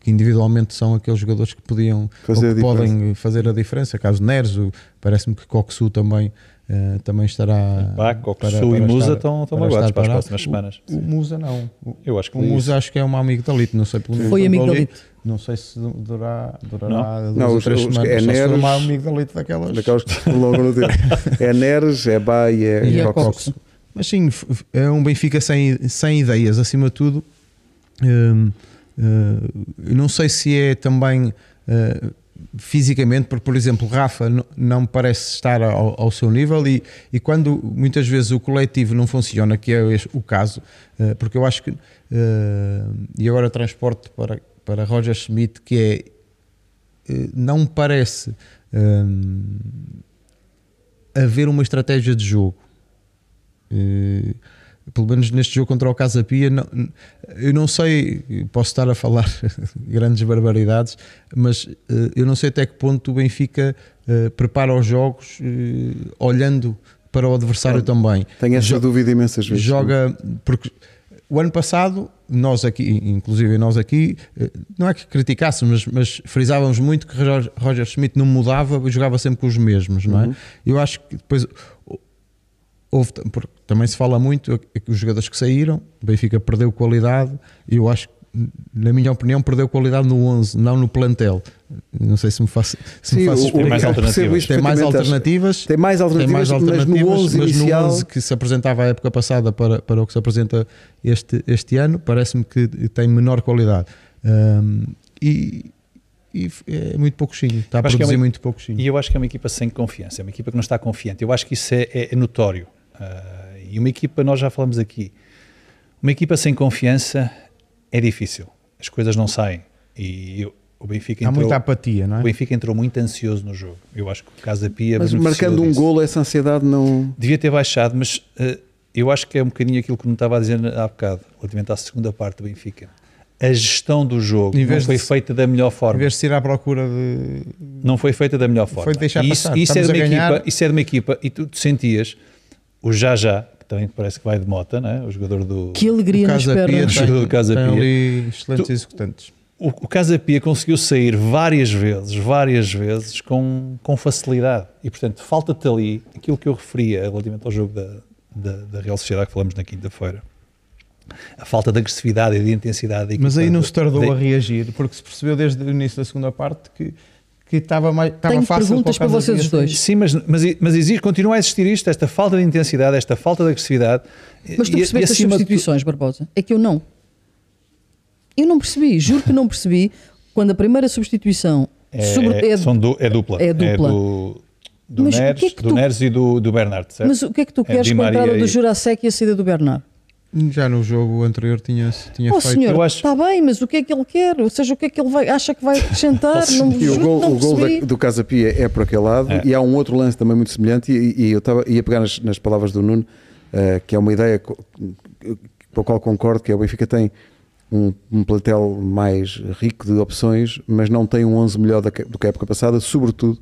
S5: que individualmente são aqueles jogadores que podiam
S1: Fazer
S5: ou que
S1: a diferença.
S5: podem fazer a diferença. Caso Neres, o- parece-me que Coxu também, eh, também estará.
S4: Pá, Coxu e Musa estão estão magoados
S5: para estar
S4: para as
S5: parado.
S4: próximas semanas.
S5: O, o Musa não. O,
S4: Eu acho que
S5: o
S4: li isso.
S5: Musa acho que é uma amigdalite, não sei pelo menos.
S2: Foi
S5: eu li.
S2: amigdalite.
S5: Não sei se durará, durará duas
S1: Não,
S5: ou
S1: os-
S5: três
S1: os- é
S5: semanas. Só se for
S1: Neres-
S5: uma amigdalite daquelas.
S1: Daquelas que *laughs* se prolongam no tempo. É Neres, é Bá e é,
S2: E é
S1: Cox.
S2: Cox.
S5: Mas sim, f- f- é um Benfica sem, sem ideias, acima de tudo. Hum, hum, eu não sei se é também hum, fisicamente, porque, por exemplo, Rafa n- não parece estar ao, ao seu nível e, e quando muitas vezes o coletivo não funciona, que é este o caso, hum, porque eu acho que. hum, e agora transporte para, para Roger Schmidt, que é. hum, não parece. hum, haver uma estratégia de jogo. Eh, pelo menos neste jogo contra o Casa Pia, não- eu não sei, posso estar a falar *laughs* grandes barbaridades, mas eh, eu não sei até que ponto o Benfica eh, prepara os jogos eh, olhando para o adversário também
S1: Tenho essa dúvida imensas vezes.
S5: joga porque o ano passado nós aqui, inclusive nós aqui, eh, não é que criticássemos, mas, mas frisávamos muito que Roger, Roger Schmidt não mudava e jogava sempre com os mesmos, não é?
S1: Uhum.
S5: Eu acho que depois o- houve, tam- porque também se fala muito eh, que os jogadores que saíram, o Benfica perdeu qualidade, e eu acho que na minha opinião, perdeu qualidade no 11, não no plantel. Não sei se me faço, se me
S1: Sim,
S5: faço
S1: o-
S5: explicar.
S1: o-
S4: mais
S1: eu
S4: alternativas.
S1: percebo isto é
S5: Tem mais
S1: perfeitamente.
S5: alternativas.
S1: Tem mais alternativas, mas no 11
S5: mas no
S1: inicial.
S5: 11 que se apresentava à época passada para, para o que se apresenta este, este ano, parece-me que tem menor qualidade. Ahm, e, e é muito pouco chinho, está a
S4: Eu acho que é
S5: produzir
S4: uma-
S5: muito pouco chinho.
S4: E eu acho que é uma equipa sem confiança, é uma equipa que não está confiante. Eu acho que isso é, é- é notório. Ah, e uma equipa, nós já falamos aqui, uma equipa sem confiança é difícil. As coisas não saem. E eu- o Benfica
S5: Há
S4: entrou,
S5: muita apatia, não é?
S4: o Benfica entrou muito ansioso no jogo. Eu acho que o Casa Pia
S1: Mas
S4: beneficiou
S1: marcando um
S4: disso.
S1: golo, essa ansiedade não.
S4: Devia ter baixado, mas eh, eu acho que é um bocadinho aquilo que me estava a dizer há bocado, relativamente à segunda parte do Benfica. A gestão do jogo
S5: Em
S4: não
S5: vez
S4: foi
S5: de-
S4: feita da melhor forma
S5: Em vez de ir à procura de.
S4: não foi feita da melhor forma.
S5: Foi deixar
S4: E isso,
S5: passar.
S4: isso é de
S5: Estamos
S4: uma
S5: a ganhar.
S4: equipa, isso é de uma equipa, e tu, tu sentias o Já Já, que também parece que vai de mota, não é? o jogador do.
S2: Que alegria nas
S5: *laughs* Casa Pia
S2: pernas.
S4: Pia. Jogador
S5: tem,
S4: do Casa
S5: tem
S4: Pia.
S5: ali excelentes
S4: Tu-
S5: executantes.
S4: O, o Casa Pia conseguiu sair várias vezes, várias vezes, com, com facilidade. E portanto, falta-te ali aquilo que eu referia relativamente ao jogo da, da, da Real Sociedade que falamos na quinta-feira. A falta de agressividade e de intensidade. da
S5: Mas
S4: equipa
S5: aí não
S4: de-
S5: se tardou
S4: da-
S5: a reagir, porque se percebeu desde o início da segunda parte que, que estava mais. Estava
S2: Tenho
S5: fácil
S2: perguntas para
S5: o Casa
S2: vocês
S5: Pia
S2: os dois.
S4: Sim, mas, mas, mas existe, continua a existir isto, esta falta de intensidade, esta falta de agressividade.
S2: Mas tu
S4: E- e
S2: percebeste as
S4: acima de tu-
S2: substituições, Barbosa? É que eu não. Eu não percebi, juro que não percebi quando a primeira substituição
S4: É,
S2: sobre-
S4: é-
S2: é-
S4: são du- é dupla.
S2: é dupla.
S4: do, do
S2: Mas o que é
S4: Neres,
S2: que
S4: do
S2: tu-
S4: Neres e do, do Bernardo, certo?
S2: Mas o que é que tu
S4: É
S2: queres
S4: Di
S2: com a
S4: Maria
S2: entrada do
S4: e-
S2: Jurasek e a saída do Bernardo?
S5: Já no jogo anterior tinha, tinha
S2: Oh
S5: feito.
S2: senhor,
S4: eu acho-
S2: está bem, mas o que é que ele quer? Ou seja, o que é que ele vai, acha que vai acrescentar? não,
S1: Tá E o
S2: juro
S1: gol,
S2: que não
S1: o gol
S2: percebi.
S1: da- do Casa Pia é por aquele lado,
S4: É.
S1: e há um outro lance também muito semelhante. E, e eu estava ia pegar nas, nas palavras do Nuno, eh, que é uma ideia co- com a qual concordo: que é o Benfica tem um, um plantel mais rico de opções, mas não tem um 11 melhor da que- do que a época passada, sobretudo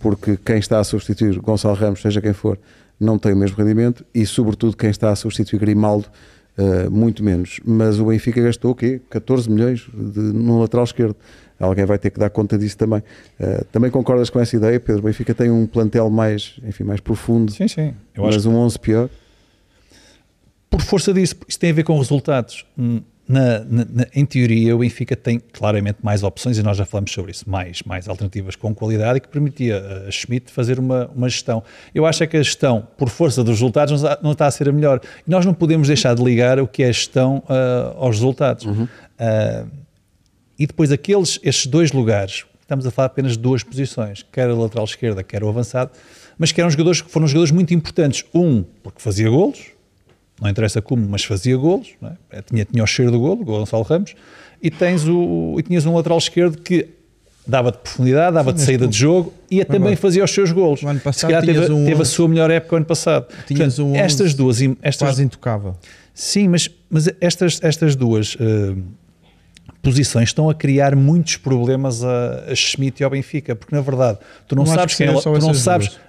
S1: porque quem está a substituir Gonçalo Ramos, seja quem for, não tem o mesmo rendimento, e sobretudo quem está a substituir Grimaldo. eh, muito menos, mas o Benfica gastou o quê? 14 milhões de, no lateral esquerdo. Alguém vai ter que dar conta disso também. Eh, também concordas com essa ideia, Pedro? O Benfica tem um plantel mais, enfim, mais profundo,
S4: Sim, sim. Eu acho
S1: mas um 11 pior.
S4: por força disso, isto tem a ver com resultados. Hum, na- na- na- em teoria, o Benfica tem claramente mais opções e nós já falamos sobre isso, mais, mais alternativas com qualidade e que permitia a- a Schmidt fazer uma, uma gestão. Eu acho é que a gestão, por força dos resultados, não está- não está a ser a melhor. E nós não podemos deixar de ligar o que é a gestão ah, aos resultados. Ah, E depois aqueles, estes dois lugares, estamos a falar apenas de duas posições, quer a lateral esquerda, quer o avançado, mas que eram jogadores que foram jogadores muito importantes. Um, porque fazia golos, não interessa como, mas fazia golos, não é? tinha, tinha o cheiro do golo, o Gonçalo Ramos, e, tens o, e tinhas um lateral esquerdo que dava-te profundidade, dava-te
S5: mas
S4: saída
S5: tu-
S4: de jogo e também
S5: Agora,
S4: fazia os seus golos.
S5: o ano
S4: Se
S5: passado
S4: calhar teve,
S5: tinhas um
S4: teve a
S5: 11,
S4: sua melhor época ano passado.
S5: tinhas um 11
S4: estas duas... im- Estas,
S5: quase intocável.
S4: Sim, mas, mas estas, estas duas eh, posições estão a criar muitos problemas a, a Schmidt e ao Benfica, porque na verdade tu não,
S5: Não acho
S4: sabes
S5: que
S4: quem é,
S5: sejam
S4: la-
S5: só
S4: tu não
S5: essas
S4: sabes.
S5: duas.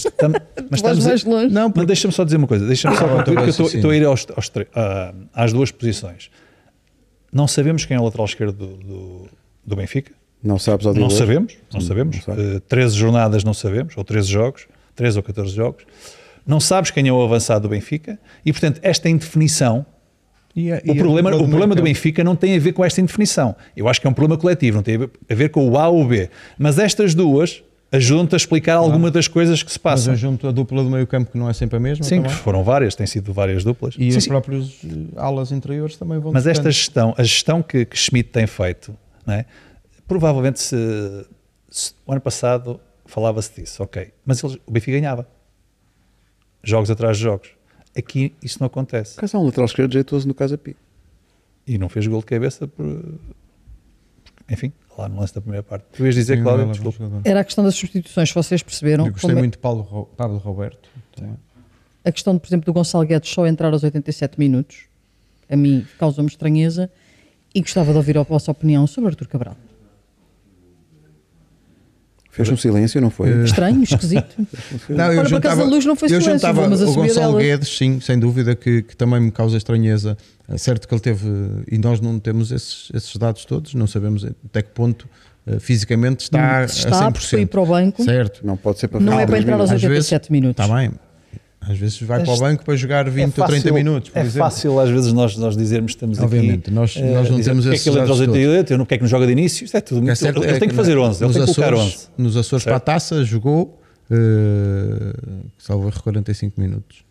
S2: *laughs*
S4: tam- mas
S2: Vais
S4: estamos
S2: mais
S4: a,
S2: longe.
S4: não, deixa-me só dizer uma coisa, deixa-me só
S5: Ah,
S4: concluir,
S5: tá
S4: que eu
S5: bem,
S4: estou-
S5: sim,
S4: estou a
S5: sim.
S4: ir aos- aos tre- ah, às duas posições. Não sabemos quem é o lateral esquerdo do, do, do Benfica.
S1: Não sabes ao dia
S4: Não
S1: de hoje?
S4: sabemos, não sabemos.
S1: não sei.
S4: Eh, 13 jornadas não sabemos, ou 13 jogos, 13 ou 14 jogos. Não sabes quem é o avançado do Benfica e, portanto, esta indefinição.
S5: E a- e
S4: O
S5: a
S4: problema,
S5: dupla
S4: o
S5: do
S4: problema do
S5: meio-campo?
S4: Benfica não tem a ver com esta indefinição. Eu acho que é um problema coletivo, não tem a ver, a ver com o A ou o B. Mas estas duas ajudam-te a explicar alguma das coisas que se
S5: Mas
S4: passam.
S5: eu junto a dupla do meio campo que não é sempre a mesma
S4: Sim, que
S5: também.
S4: foram várias, têm sido várias duplas.
S5: E
S4: Sim,
S5: os
S4: sim.
S5: próprios eh, alas interiores também vão
S4: Mas esta
S5: tocando.
S4: gestão, a gestão que, que Schmidt tem feito, não é? provavelmente se, se o ano passado falava-se disso, ok, mas eles- o Benfica ganhava. Jogos atrás de jogos. Aqui isso não acontece.
S1: Por acaso há um lateral esquerdo jeitoso no Casa Pia.
S4: E não fez gol de cabeça por... Enfim, lá no lance da primeira parte. Tu ias dizer,
S5: Sim,
S4: Cláudio,
S5: ela é um
S4: desculpa.
S5: jogador.
S2: Era a questão das substituições, vocês perceberam?
S5: Eu gostei
S2: Como é-
S5: muito de Paulo, Ro- Pablo Roberto. também.
S2: A questão, por exemplo, do Gonçalo Guedes só entrar aos 87 minutos, a mim causa-me estranheza e gostava de ouvir a vossa opinião sobre Artur Cabral.
S1: Fez um silêncio, não foi?
S4: Eh,
S2: Estranho,
S5: *laughs*
S2: esquisito.
S5: Não,
S2: Olha, por acaso, a luz não foi
S5: eu
S2: silêncio,
S5: juntava
S2: mas a
S5: o
S2: subida
S5: Gonçalo
S2: dela-
S5: Guedes, sim, sem dúvida, que, que também me causa estranheza. É certo que ele teve, e nós não temos esses, esses dados todos, não sabemos até que ponto eh, fisicamente está,
S2: Se Hum, está,
S5: a 100%.
S2: porque foi para o banco.
S5: Certo.
S1: Não pode ser para
S2: Não
S1: fazer
S2: é para
S1: três
S2: entrar aos
S1: minutos.
S5: Às vezes-
S2: 87 minutos.
S5: Está bem. Às vezes vai para o
S4: Este-
S5: banco para jogar 20 ou 30 minutos, por
S4: é
S5: exemplo.
S4: fácil às vezes nós, nós dizermos que estamos
S5: Obviamente,
S4: aqui.
S5: nós-
S4: eh,
S5: nós não
S4: dizer,
S5: temos
S4: porque é
S5: esses
S4: que ele entra aos
S5: dados
S4: 88, eu não, porque é que não joga de início? Isto é tudo
S5: O que é
S4: muito.
S5: certo
S4: ele
S5: é
S4: tem que
S5: que
S4: fazer
S5: na-
S4: 11, ele
S5: nos
S4: tem que colocar
S5: Açores-
S4: 11.
S5: Nos Açores
S4: Certo.
S5: para a taça jogou, eh, salvo erro, 45 minutos.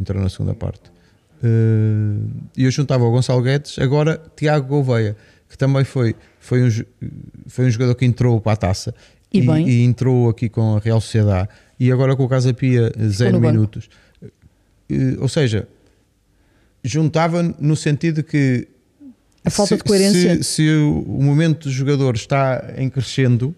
S5: Entrou na segunda parte. Eh, E eu juntava o Gonçalo Guedes, agora Tiago Gouveia, que também foi, foi, um, jo- foi um jogador que entrou para a taça.
S2: E bem.
S5: e entrou aqui com a Real Sociedade. E agora com o Casa Pia, eh, zero
S2: no banco.
S5: minutos. Eh, Ou seja, juntava no sentido que
S2: A falta
S5: se-
S2: de coerência.
S5: Se, se o o momento do jogador está em crescendo,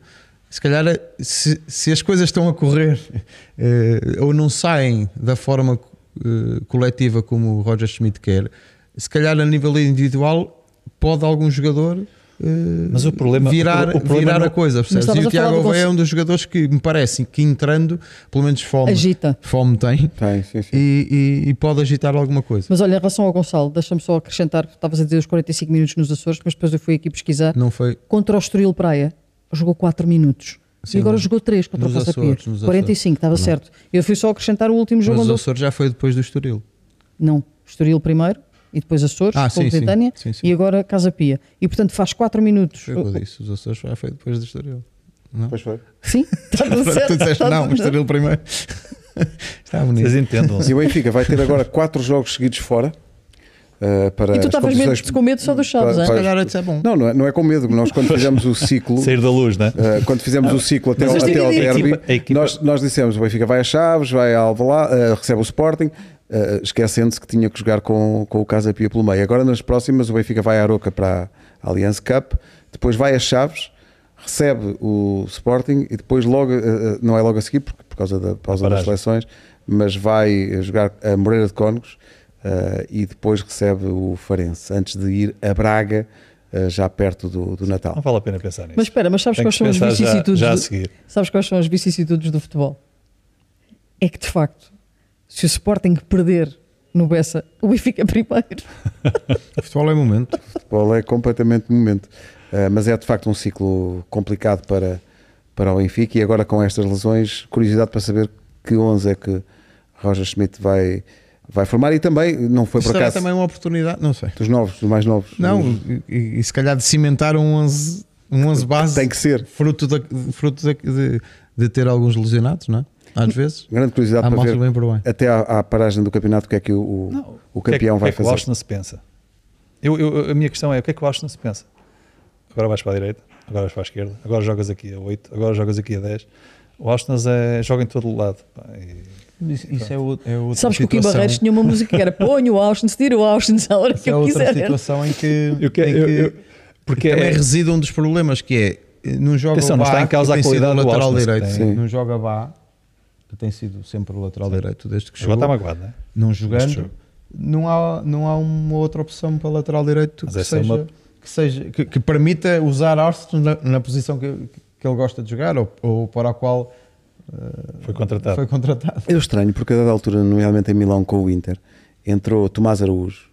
S5: se calhar se, se as coisas estão a correr *laughs* eh, ou não saem da forma eh, coletiva como o Roger Schmidt quer, se calhar a nível individual pode algum jogador eh,
S4: Mas o problema-
S5: virar,
S4: o- o problema
S5: virar
S4: não-
S5: a coisa. percebes?
S2: estavas
S5: E
S2: a
S5: o
S2: falar
S5: Tiago
S2: do
S5: Gouveia é
S2: Gonç-
S5: um dos jogadores que me parecem que entrando, pelo menos fome,
S2: Agita.
S5: fome tem
S1: Tem, sim, sim.
S5: e, e- e pode agitar alguma coisa.
S2: Mas olha, em relação ao Gonçalo, deixa-me só acrescentar, estavas a dizer os 45 minutos nos Açores, mas depois eu fui aqui pesquisar.
S5: Não foi
S2: Contra o Estoril Praia, jogou 4 minutos.
S5: Sim,
S2: e agora
S5: mas-
S2: jogou 3 contra o
S5: nos
S2: Casa
S5: Açores,
S2: Pia.
S5: nos Açores.
S2: 45, estava certo. Eu fui só acrescentar o último jogo.
S5: Mas
S2: onde
S5: o
S2: eu-
S5: Açores já foi depois do Estoril.
S2: Não, Estoril primeiro e depois Açores,
S5: Ah,
S2: ah,
S5: sim, sim.
S2: Lusitânia
S5: Sim, sim.
S2: e agora Casa Pia. E portanto faz 4 minutos.
S5: Foi o que eu disse. Os Açores já foi depois do *laughs* Estoril. Não?
S1: Pois foi.
S5: *laughs*
S2: Sim, estava certo.
S5: tu disseste
S2: estava
S5: não, o
S2: certo.
S5: Estoril primeiro. *laughs* Está bonito.
S4: Vocês
S5: *laughs*
S4: entendam.
S1: E o Benfica vai ter agora quatro jogos seguidos fora. eh, para
S2: E tu
S1: as
S2: estavas
S1: competições-
S2: medo- com medo só dos Chaves,
S1: para-
S2: é?
S1: para-
S5: Se calhar isso é bom.
S1: Não, não é, não é com medo. Nós, quando fizemos o
S4: *laughs*
S1: ciclo,
S4: Sair da luz, não é?
S1: eh, quando fizemos o ciclo até,
S2: Mas
S1: ao,
S2: eu
S1: até ao
S2: estive a
S1: derby,
S4: dizer- A equipa- a equipa-
S1: Nós, nós dissemos: o Benfica vai a Chaves, vai a Alvalá, eh, recebe o Sporting, eh, esquecendo-se que tinha que jogar com, com o Casa Pia pelo meio. Agora, nas próximas, o Benfica vai a Aroca para a Allianz Cup, depois vai a Chaves, recebe o Sporting e depois, logo, eh, eh, não é logo a seguir, porque, por causa da pausa das
S4: Paragem.
S1: seleções, mas vai jogar a Moreira de Cónegos eh, e depois recebe o Farense, antes de ir a Braga, eh, já perto do, do Natal.
S4: Não vale a pena pensar nisso.
S2: Mas espera, mas sabes
S4: Tem
S2: quais
S4: que
S2: são as
S4: pensar já-
S2: vicissitudes?
S4: já a
S2: do-
S4: seguir.
S2: Sabes quais são as vicissitudes do futebol? É que de facto, se o Sporting perder no Bessa, o Benfica é primeiro.
S5: O futebol é momento.
S1: futebol é completamente momento. Uh, mas é de facto um ciclo complicado para, para o Benfica e agora com estas lesões, curiosidade para saber que 11 é que Roger Schmidt vai, vai formar e também, não foi
S5: Isto
S1: por
S5: será
S1: acaso,
S5: também uma oportunidade. Não sei.
S1: dos novos, dos mais novos.
S5: é Não,
S1: Os-
S5: e, e se calhar de cimentar um 11, um 11 base.
S1: Tem que ser.
S5: Fruto, da, fruto da- de, de ter alguns lesionados, não é? Às vezes.
S1: Grande curiosidade
S5: Há
S1: para
S5: mal
S1: ver
S5: bem por bem.
S1: até à, à paragem do campeonato o que é que o, o- o
S4: que é que-
S1: campeão
S4: o que
S1: vai
S4: é que
S1: fazer.
S4: O Austin se pensa. Eu, eu- a minha questão é: o que é que o Austin se pensa? agora vais para a direita, agora vais para a esquerda, agora jogas aqui a 8, agora jogas aqui a 10. O Austin é, joga em todo o lado. pá, e-
S5: Isso, isso é, o- é outra
S2: Sabes que o Kim
S5: situação.
S2: Barreiros tinha uma música
S5: *laughs*
S2: que era ponho o Austin, tira o Austin à hora
S5: Isso
S2: que
S5: é
S2: eu
S5: outra
S2: quiser.
S5: situação em que,
S4: Eu que-
S5: em
S4: eu-
S5: que
S4: eu- porque
S5: também
S4: é-
S5: reside um dos problemas que é eh, não joga
S4: Atenção,
S5: o
S4: não
S5: Bá,
S4: está em causa a
S5: que tem
S4: qualidade
S5: sido o
S4: do
S5: lateral
S4: Austin,
S5: direito
S4: tem-
S5: Sim. não joga Bá que tem sido sempre o lateral direito desde que
S4: Agora
S5: chegou
S4: está magoado, não é?
S5: não
S4: Este
S5: jogando
S4: jogo.
S5: não há, não há uma outra opção para lateral direito que
S4: Mas essa é
S5: seja,
S4: uma-
S5: que, seja que, que permita usar Austin na, na posição que, que ele gosta de jogar ou, ou para a qual
S4: Foi contratado.
S5: foi contratado
S1: Eu estranho, porque a dada altura, nomeadamente em Milão com o Inter, entrou Tomás Araújo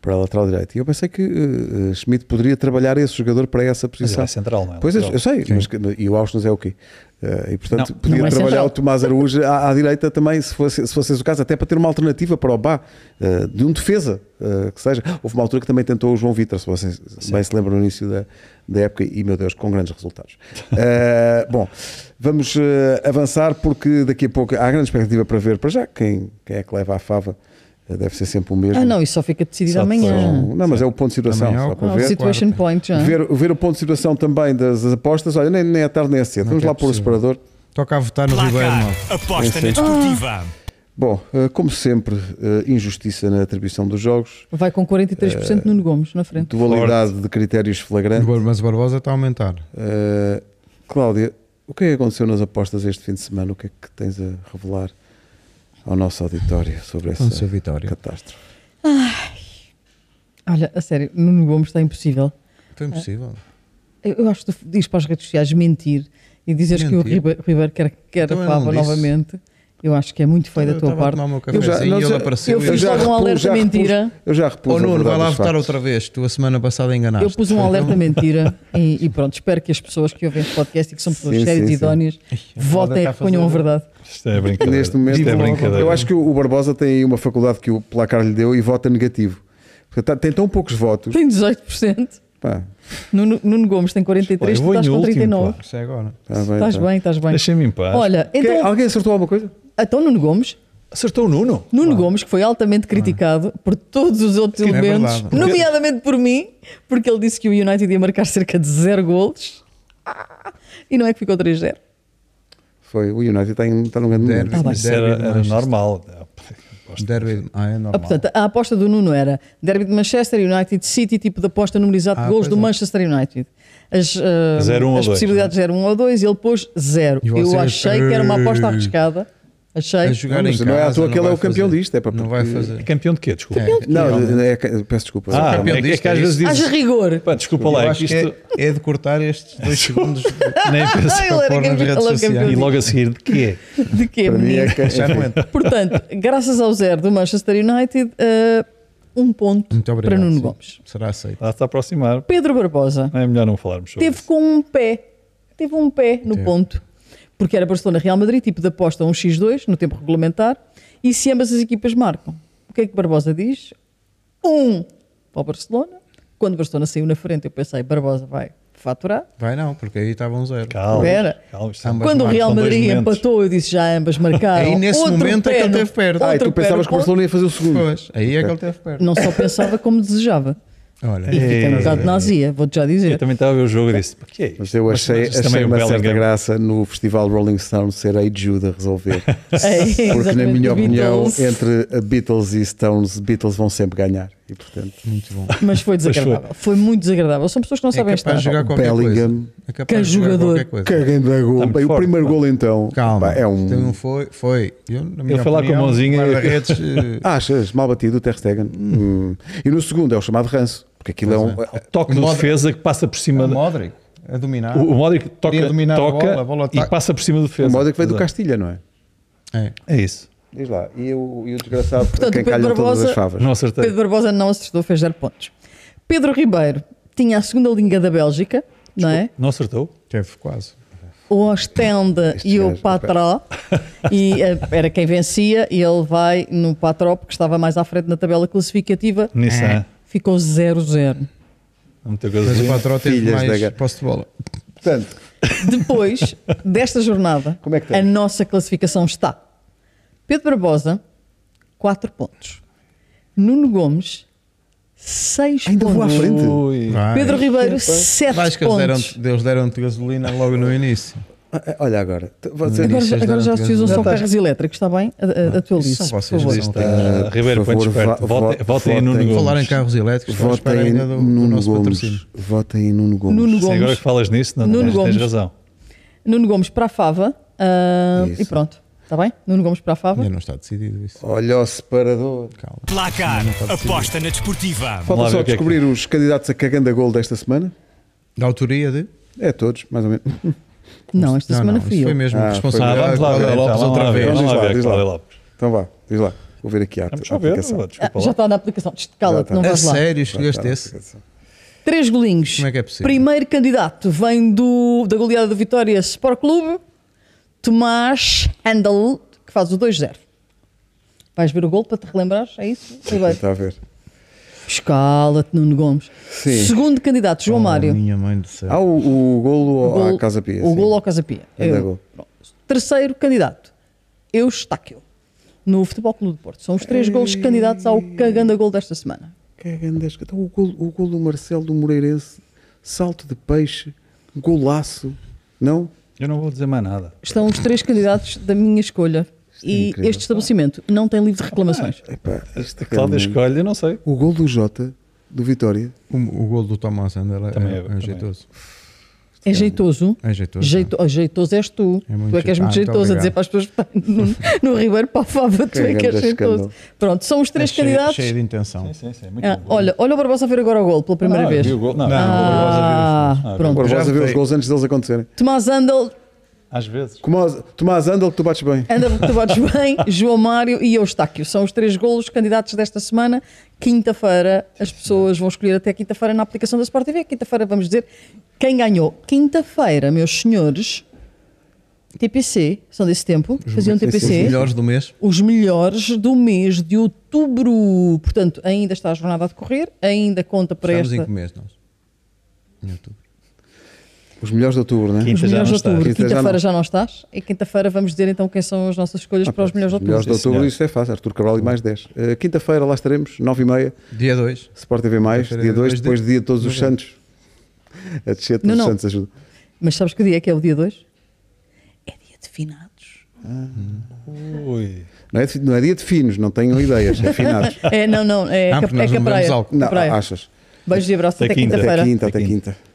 S1: para a lateral direita. E eu pensei que eh, eh, Schmidt poderia trabalhar esse jogador para essa
S4: Mas ele
S1: posição.
S4: é central, não é?
S1: Pois é,
S4: Lateral.
S1: eu sei, mas que- e o Austin é o quê? Eh, e portanto,
S4: Não,
S1: podia
S2: não é
S1: trabalhar
S2: central.
S1: o Tomás Araújo à, à direita também, se fosse, se fosse esse o caso, até para ter uma alternativa para o Bá, eh, de um defesa eh, que seja. Houve uma altura que também tentou o João Vitor, se vocês bem se lembram no início da, da época, e meu Deus, com grandes resultados. *laughs* Eh, bom, vamos eh, avançar porque daqui a pouco há grande expectativa para ver para já quem, quem é que leva a fava. eh, Deve ser sempre o mesmo.
S2: Ah, não, isso só fica decidido
S4: Só depois.
S2: amanhã.
S5: um,
S1: Não, mas é o ponto de situação.
S5: Amanhã
S1: Só
S5: o-
S1: para
S2: Ah, o
S1: ver.
S2: situation point já.
S1: Ver, ver o ponto de situação também das, das apostas, olha, nem, nem é tarde nem é cedo. Vamos
S5: é
S1: lá pôr o
S5: possível.
S1: separador.
S5: toca a votar no Ribeiro
S6: Placar,
S5: mal.
S6: aposta na
S1: Sim, sim.
S6: desportiva.
S1: Bom, eh, como sempre, eh, injustiça na atribuição dos jogos,
S2: Vai com 43% Nuno Gomes na frente.
S1: dualidade de critérios flagrante.
S5: mas o Barbosa está a aumentar
S1: Eh, Cláudia, o que é que aconteceu nas apostas este fim de semana? O que é que tens a revelar ao nosso auditório sobre essa
S5: Aconteceu vitória.
S1: catástrofe?
S2: Olha, a sério, Nuno Gomes está impossível.
S4: É
S5: foi impossível
S2: Eu, eu acho que tu diz para as redes sociais mentir e dizeres que o
S5: Mentir.
S2: Ribe- Ribeiro quer, quer a
S5: Também não
S2: Fava
S5: disse. Então
S2: novamente. Eu acho que é muito feio da tua parte.
S1: Eu já-
S5: assim,
S1: não, já-
S2: eu fiz logo um
S1: repus-
S2: alerta
S1: já repus-
S2: mentira.
S1: Eu já repus.
S5: Ou
S1: a
S5: Oh, Nuno,
S1: verdade
S5: vai lá
S1: dos
S5: votar
S1: factos.
S5: outra vez. Tu a semana passada enganaste.
S2: Eu pus um
S5: *laughs*
S2: alerta mentira e, e pronto, espero que as pessoas que ouvem este podcast e que são pessoas
S1: Sim,
S2: sérias
S1: sim,
S2: e
S1: sim.
S2: idóneas votem e
S5: está a
S2: reponham a
S5: fazer-
S2: verdade.
S4: Isto é brincadeira.
S1: Neste momento,
S4: Isto é brincadeira.
S1: eu acho que o Barbosa tem aí uma faculdade que o placar lhe deu e vota negativo. Portanto, tá- tem tão poucos votos.
S2: Tem 18%,
S1: Pá,
S2: Nuno, Nuno Gomes tem
S4: Olha,
S2: 43%,
S4: eu
S2: tu
S4: vou
S2: estás
S4: em
S2: com
S4: último.
S2: 39%.
S4: pá.
S5: Isso é agora.
S1: tá bem,
S2: Estás
S1: tá.
S2: bem, estás bem.
S4: Deixa-me em paz.
S2: Olha,
S1: Quem-
S2: então,
S1: alguém acertou alguma coisa?
S2: então Nuno Gomes
S4: Acertou o Nuno.
S2: Nuno Gomes, que foi altamente criticado por todos os outros
S5: É
S2: elementos,
S5: verdade.
S2: nomeadamente por mim, porque ele disse que o United ia marcar cerca de zero gols e não é que ficou 3-0.
S5: Tá
S1: Foi, o United está, em, está num grande
S5: Derby.
S1: momento.
S2: bem.
S4: Isso era,
S5: Derby de
S4: era
S5: Manchester.
S4: normal.
S5: Derby. Ah, é normal.
S2: Ah, portanto, a aposta do Nuno era derby de Manchester United City, tipo de aposta numerizado de
S5: Ah,
S2: gols
S5: pois
S2: do
S5: é.
S2: Manchester United. As, ah,
S4: Zero, um ou
S2: as
S4: dois,
S2: possibilidades eram 1 ou 2, ele pôs 0.
S5: E
S2: Eu
S5: vocês-
S2: achei que era uma aposta arriscada. Achei.
S5: a jogar
S1: Não,
S5: em
S1: mas
S5: casa,
S1: não é à toa que ele
S5: vai
S1: é o campeão
S5: fazer.
S1: disto, é para-
S5: Não vai
S1: porque-
S4: É
S5: fazer.
S4: campeão de quê? Desculpa.
S1: Não, é, é- peço desculpa.
S4: Ah,
S5: campeão
S4: é, que- é
S5: disto,
S4: que às
S5: é
S4: vezes
S5: isto.
S2: Haja
S4: dizes.
S2: rigor.
S4: Pá, desculpa
S5: Eu
S4: lá, é
S5: acho
S4: que
S5: que
S4: isto.
S5: é, é de cortar estes
S2: *laughs*
S5: dois segundos.
S1: *laughs*
S4: Nem pensei.
S2: Ele era
S5: pôr nas
S2: campeão-
S5: redes
S2: ele é
S5: sociais.
S2: campeão
S4: E logo a seguir, de quê?
S2: de quê,
S1: Para mim
S2: menino?
S1: é que-
S5: Já não entra.
S2: Portanto, graças ao zero do Manchester United, eh, um ponto
S5: Muito obrigado.
S2: para Nuno
S5: sim.
S2: Gomes.
S5: Será aceito.
S4: Está-se a aproximar.
S2: Pedro Barbosa
S4: É melhor não falarmos sobre
S2: teve
S4: isso.
S2: com um pé, teve um pé no
S5: Teve.
S2: ponto, porque era Barcelona-Real Madrid, tipo de aposta 1x2 no tempo regulamentar, e se ambas as equipas marcam, o que é que Barbosa diz? Um para o Barcelona. Quando o Barcelona saiu na frente, eu pensei, Barbosa vai faturar.
S5: Vai não, porque aí estava um zero.
S4: Calma.
S2: Espera.
S4: calma, isto- é um
S5: Ambas
S2: Quando o
S5: marcam,
S2: Real
S4: são dois
S2: Madrid
S4: momentos.
S2: empatou, eu disse já ambas marcaram.
S5: Aí, nesse
S2: Outro
S5: momento, é que
S2: pé
S5: ele
S2: no-
S5: teve perto.
S1: Ah, e
S2: outro
S1: tu
S2: pé
S1: pensavas que
S2: no
S1: o
S2: ponto.
S1: Barcelona ia fazer o segundo.
S5: Pois, aí é que ele teve perto.
S2: Não só pensava como desejava.
S5: Olha,
S2: Fiquei um
S4: É.
S2: bocado nazia, vou-te já dizer.
S4: Eu também estava a ver o jogo e disse: "Pá, que é isto?
S1: Mas eu achei,
S4: mas também é um
S1: achei
S4: o
S1: uma certa
S4: Bellingham-
S1: graça no festival Rolling Stone ser a Jude a resolver.
S2: É,
S1: Porque, na
S2: exatamente,
S1: minha
S2: os
S1: opinião,
S2: Beatles.
S1: entre a Beatles e Stones, Beatles vão sempre ganhar. E, portanto,
S5: muito bom.
S2: Mas foi desagradável. foi. muito desagradável. São pessoas que não
S5: É
S2: sabem
S5: capaz
S2: estar.
S5: de jogar qualquer
S1: Bellingham.
S5: coisa. É capaz
S2: Que
S5: de jogar
S2: jogador.
S5: qualquer coisa.
S1: caguem da gol.
S4: muito
S1: Bem, o
S4: forte,
S1: primeiro
S4: pá.
S1: gol, então.
S5: Calma.
S1: pá, é
S5: Isto não
S1: um.
S5: foi. foi. Eu, na minha
S4: Ele foi lá com a
S5: opinião,
S4: mãozinha e- *laughs*
S5: guarda-redes, eh,
S1: Ah, Achas? Mal batido o Ter Stegen. Hum. E no segundo é o chamado ranço. Porque aquilo é um.
S4: Toque de
S5: Modric-
S4: defesa que passa por cima.
S5: o
S4: da-
S5: Modric a dominar.
S4: O, o Modric toca,
S5: Podia dominar a
S4: toca
S5: bola, a bola
S4: e
S5: ataca.
S4: passa por cima do defesa.
S1: O modo é que veio do
S4: Exato.
S1: Castilha, não é?
S5: É.
S4: É isso.
S1: Diz lá. E o, e o desgraçado
S2: Portanto,
S1: a quem
S2: o Pedro
S1: calham todas
S2: Barbosa-
S1: as favas.
S4: Não acertei.
S2: Pedro Barbosa não acertou, fez 0 pontos. Pedro Ribeiro tinha a segunda linha da Bélgica, não é?
S4: Não acertou?
S5: Teve quase.
S2: O Ostende
S1: Este
S2: e o
S1: gajo,
S2: Patró. E eh, era quem vencia e ele vai no Patró porque estava mais à frente na tabela classificativa.
S4: Nissan.
S2: Ficou 0-0.
S4: Não meteu
S5: Mas o
S4: gasolina.
S5: Patró teve
S1: Filhas da
S5: mais
S1: gar-
S5: posse de bola.
S1: Portanto,
S2: Depois desta jornada,
S1: Como é que
S2: a
S1: estamos?
S2: nossa classificação está: Pedro Barbosa, 4 pontos. Nuno Gomes, 6
S1: Ainda vou à
S2: pontos.
S1: frente.
S5: um
S4: Ui.
S5: Vai.
S2: Pedro Ribeiro, 7
S5: Vais que eles
S2: pontos.
S5: deram-te eles deram-te gasolina logo
S4: *laughs*
S5: no início.
S1: Ah, ah, Olha agora. t- Você...
S5: Hum.
S2: Agora,
S5: Lixas
S2: agora já
S5: durante
S2: se usam
S5: a-
S2: só
S5: Já tá.
S2: carros elétricos, está bem? A- a-
S5: Isso
S2: Atualize-se,
S5: são
S2: por
S5: vocês
S2: favor.
S5: listas.
S1: Ah,
S4: Ribeiro,
S1: por
S4: quanto
S1: favor, va-
S4: esperto. Votem-
S1: va-
S4: votem em Nuno
S1: votem.
S4: Gomes.
S5: Falar em carros elétricos, estou à espera
S1: Votem
S5: ainda do, do
S1: Nuno
S5: nosso
S1: Gomes.
S5: patrocínio.
S1: Votem em Nuno Gomes.
S2: Nuno
S4: Sim, agora
S2: Gomes,
S4: que falas nisso, não,
S2: Nuno
S4: tens, tens
S2: Gomes.
S4: razão.
S2: Nuno Gomes para a Fava. ah,
S1: Isso.
S2: e pronto, está bem? Nuno Gomes para a Fava.
S5: Ainda não está decidido isso.
S1: Olha o separador.
S5: Calma.
S6: Placar. Aposta na
S4: Vamos
S6: desportiva.
S4: lá
S1: Falta
S4: ver
S1: só
S4: o que é que-
S1: descobrir os candidatos a cagando a gol desta semana.
S5: Da autoria de.
S1: É todos, mais ou menos. *laughs*
S2: Não, esta
S5: não,
S2: semana
S5: não,
S2: fui
S5: isso
S2: eu.
S5: foi mesmo
S1: Ah,
S4: Ah,
S5: responsabilidade.
S4: vamos lá ver.
S5: Cláudia
S4: então,
S5: Lopes
S4: vamos lá
S5: outra
S4: ver,
S5: vez.
S4: Vamos lá
S1: Diz lá,
S4: ver,
S1: diz lá.
S4: Cláudia Lopes.
S1: Então vá, diz lá. Vou ver aqui a,
S4: Vamos
S1: a
S4: lá ver.
S1: aplicação.
S4: vá,
S2: Ah,
S4: Desculpa
S2: já
S4: lá.
S2: está na aplicação. Tch,
S1: Já
S2: Cala-te,
S1: está.
S2: não
S5: A
S2: vais lá.
S5: É sério, escolheste
S1: Tá,
S5: esse?
S1: aplicação.
S2: Três golinhos.
S5: Como é que é possível?
S2: Primeiro candidato vem do, da goleada do Vitória Sport Clube, Tomás Handel, que faz o 2-0. Vais ver o gol para te relembrar? É isso? Ribeiro.
S1: Está a ver.
S2: Escala-te, Nuno Gomes.
S1: Sim.
S2: Segundo candidato, João
S5: Oh,
S2: Mário.
S5: Minha mãe do céu.
S1: Há o, o golo
S2: Golo-
S1: à Ah, Casa Pia.
S2: O
S1: sim.
S2: gol ao Casa Pia.
S1: Anda
S2: Eu-
S1: gol.
S2: pronto. Terceiro candidato, Eustáquio, no Futebol Clube do Porto. São os três golos candidatos ao cagando a gol desta semana.
S1: Que grandesca. Então, o, golo, o golo do Marcelo do Moreirense. Salto de peixe. Golaço. Não?
S4: Eu não vou dizer mais nada.
S2: Estão os três candidatos da minha escolha.
S1: é
S2: E
S1: incrível.
S2: este estabelecimento não tem livro de reclamações.
S1: Epá, isto
S4: A
S1: é
S4: Cláudia
S1: realmente-
S4: escolhe, eu não sei.
S1: O gol do Jota, do Vitória.
S5: O, o gol do Thomas Andel é,
S4: Também é-
S5: é,
S4: também é.
S5: jeitoso.
S2: É jeitoso.
S5: É jeitoso.
S2: Jeito, oh, jeitoso és tu.
S5: É muito
S2: tu é que és muito
S5: jeito- Ah, muito
S2: jeitoso a
S5: obrigado.
S2: dizer para as pessoas "Pá, no,
S5: *laughs*
S2: no Ribeiro para a Fava, tu é que és
S1: grande
S2: jeitoso.
S1: escândalo.
S2: Pronto, são os três
S5: É cheio-
S2: candidatos.
S5: Cheio de intenção.
S4: Sim, sim, muito
S2: Ah, olha, olha o Barbosa a ver agora o gol pela primeira vez.
S4: Não,
S2: Ah,
S1: O
S2: pronto.
S1: Barbosa
S5: Já
S1: vê os
S5: votei.
S1: gols antes deles acontecerem.
S2: Tomás Andel,
S4: Ah, às vezes.
S1: Como o- Tomás Andel, que tu bates bem.
S2: Andel que tu bates
S5: *laughs*
S2: bem, João Mário e Eustáquio. São os três golos candidatos desta semana. Quinta-feira as pessoas vão escolher até quinta-feira na aplicação da Sport TV. Quinta-feira vamos dizer quem ganhou. Quinta-feira, meus senhores, TPC, são desse tempo, faziam
S5: Os
S2: TPC.
S5: melhores do mês.
S2: os melhores do mês de outubro. Portanto, ainda está a jornada a decorrer, ainda conta para
S5: Estamos em
S2: esta.
S5: que mês nós? Em outubro.
S1: Os melhores de outubro, né?
S2: Os
S4: Quinta já
S2: melhores
S4: não
S2: de
S4: está.
S2: outubro.
S1: Quinta já
S2: Quinta-feira
S1: não. Ah,
S2: já não estás. E quinta-feira vamos dizer então quem são as nossas escolhas para os melhores
S1: Os
S2: de outubro.
S1: melhores de outubro,
S4: senhor.
S1: isto é fácil. Artur Cabral e mais 10. Eh, Quinta-feira lá estaremos, 9h30,
S5: Dia 2.
S1: Sport TV, mais,
S5: Quinta-feira,
S1: dia 2,
S5: depois de-
S1: depois de dia de todos os
S5: Não,
S1: santos. *laughs* A descer de todos
S2: Não,
S1: os
S2: não.
S1: santos ajuda.
S2: Mas sabes que dia é que é o dia 2? É dia de finados.
S4: Ui.
S1: Não é, de- não é dia de finos, não tenho ideias, afinados.
S2: *laughs* É, não, não, é,
S5: Ah,
S2: cap,
S5: porque nós
S2: é
S5: não bebemos
S2: capraia.
S5: álcool. é
S1: Não,
S2: Capraia.
S1: achas?
S2: Beijos e abraços
S4: Até
S2: até
S4: quinta.
S1: Até
S2: quinta-feira.
S1: quinta, até quinta.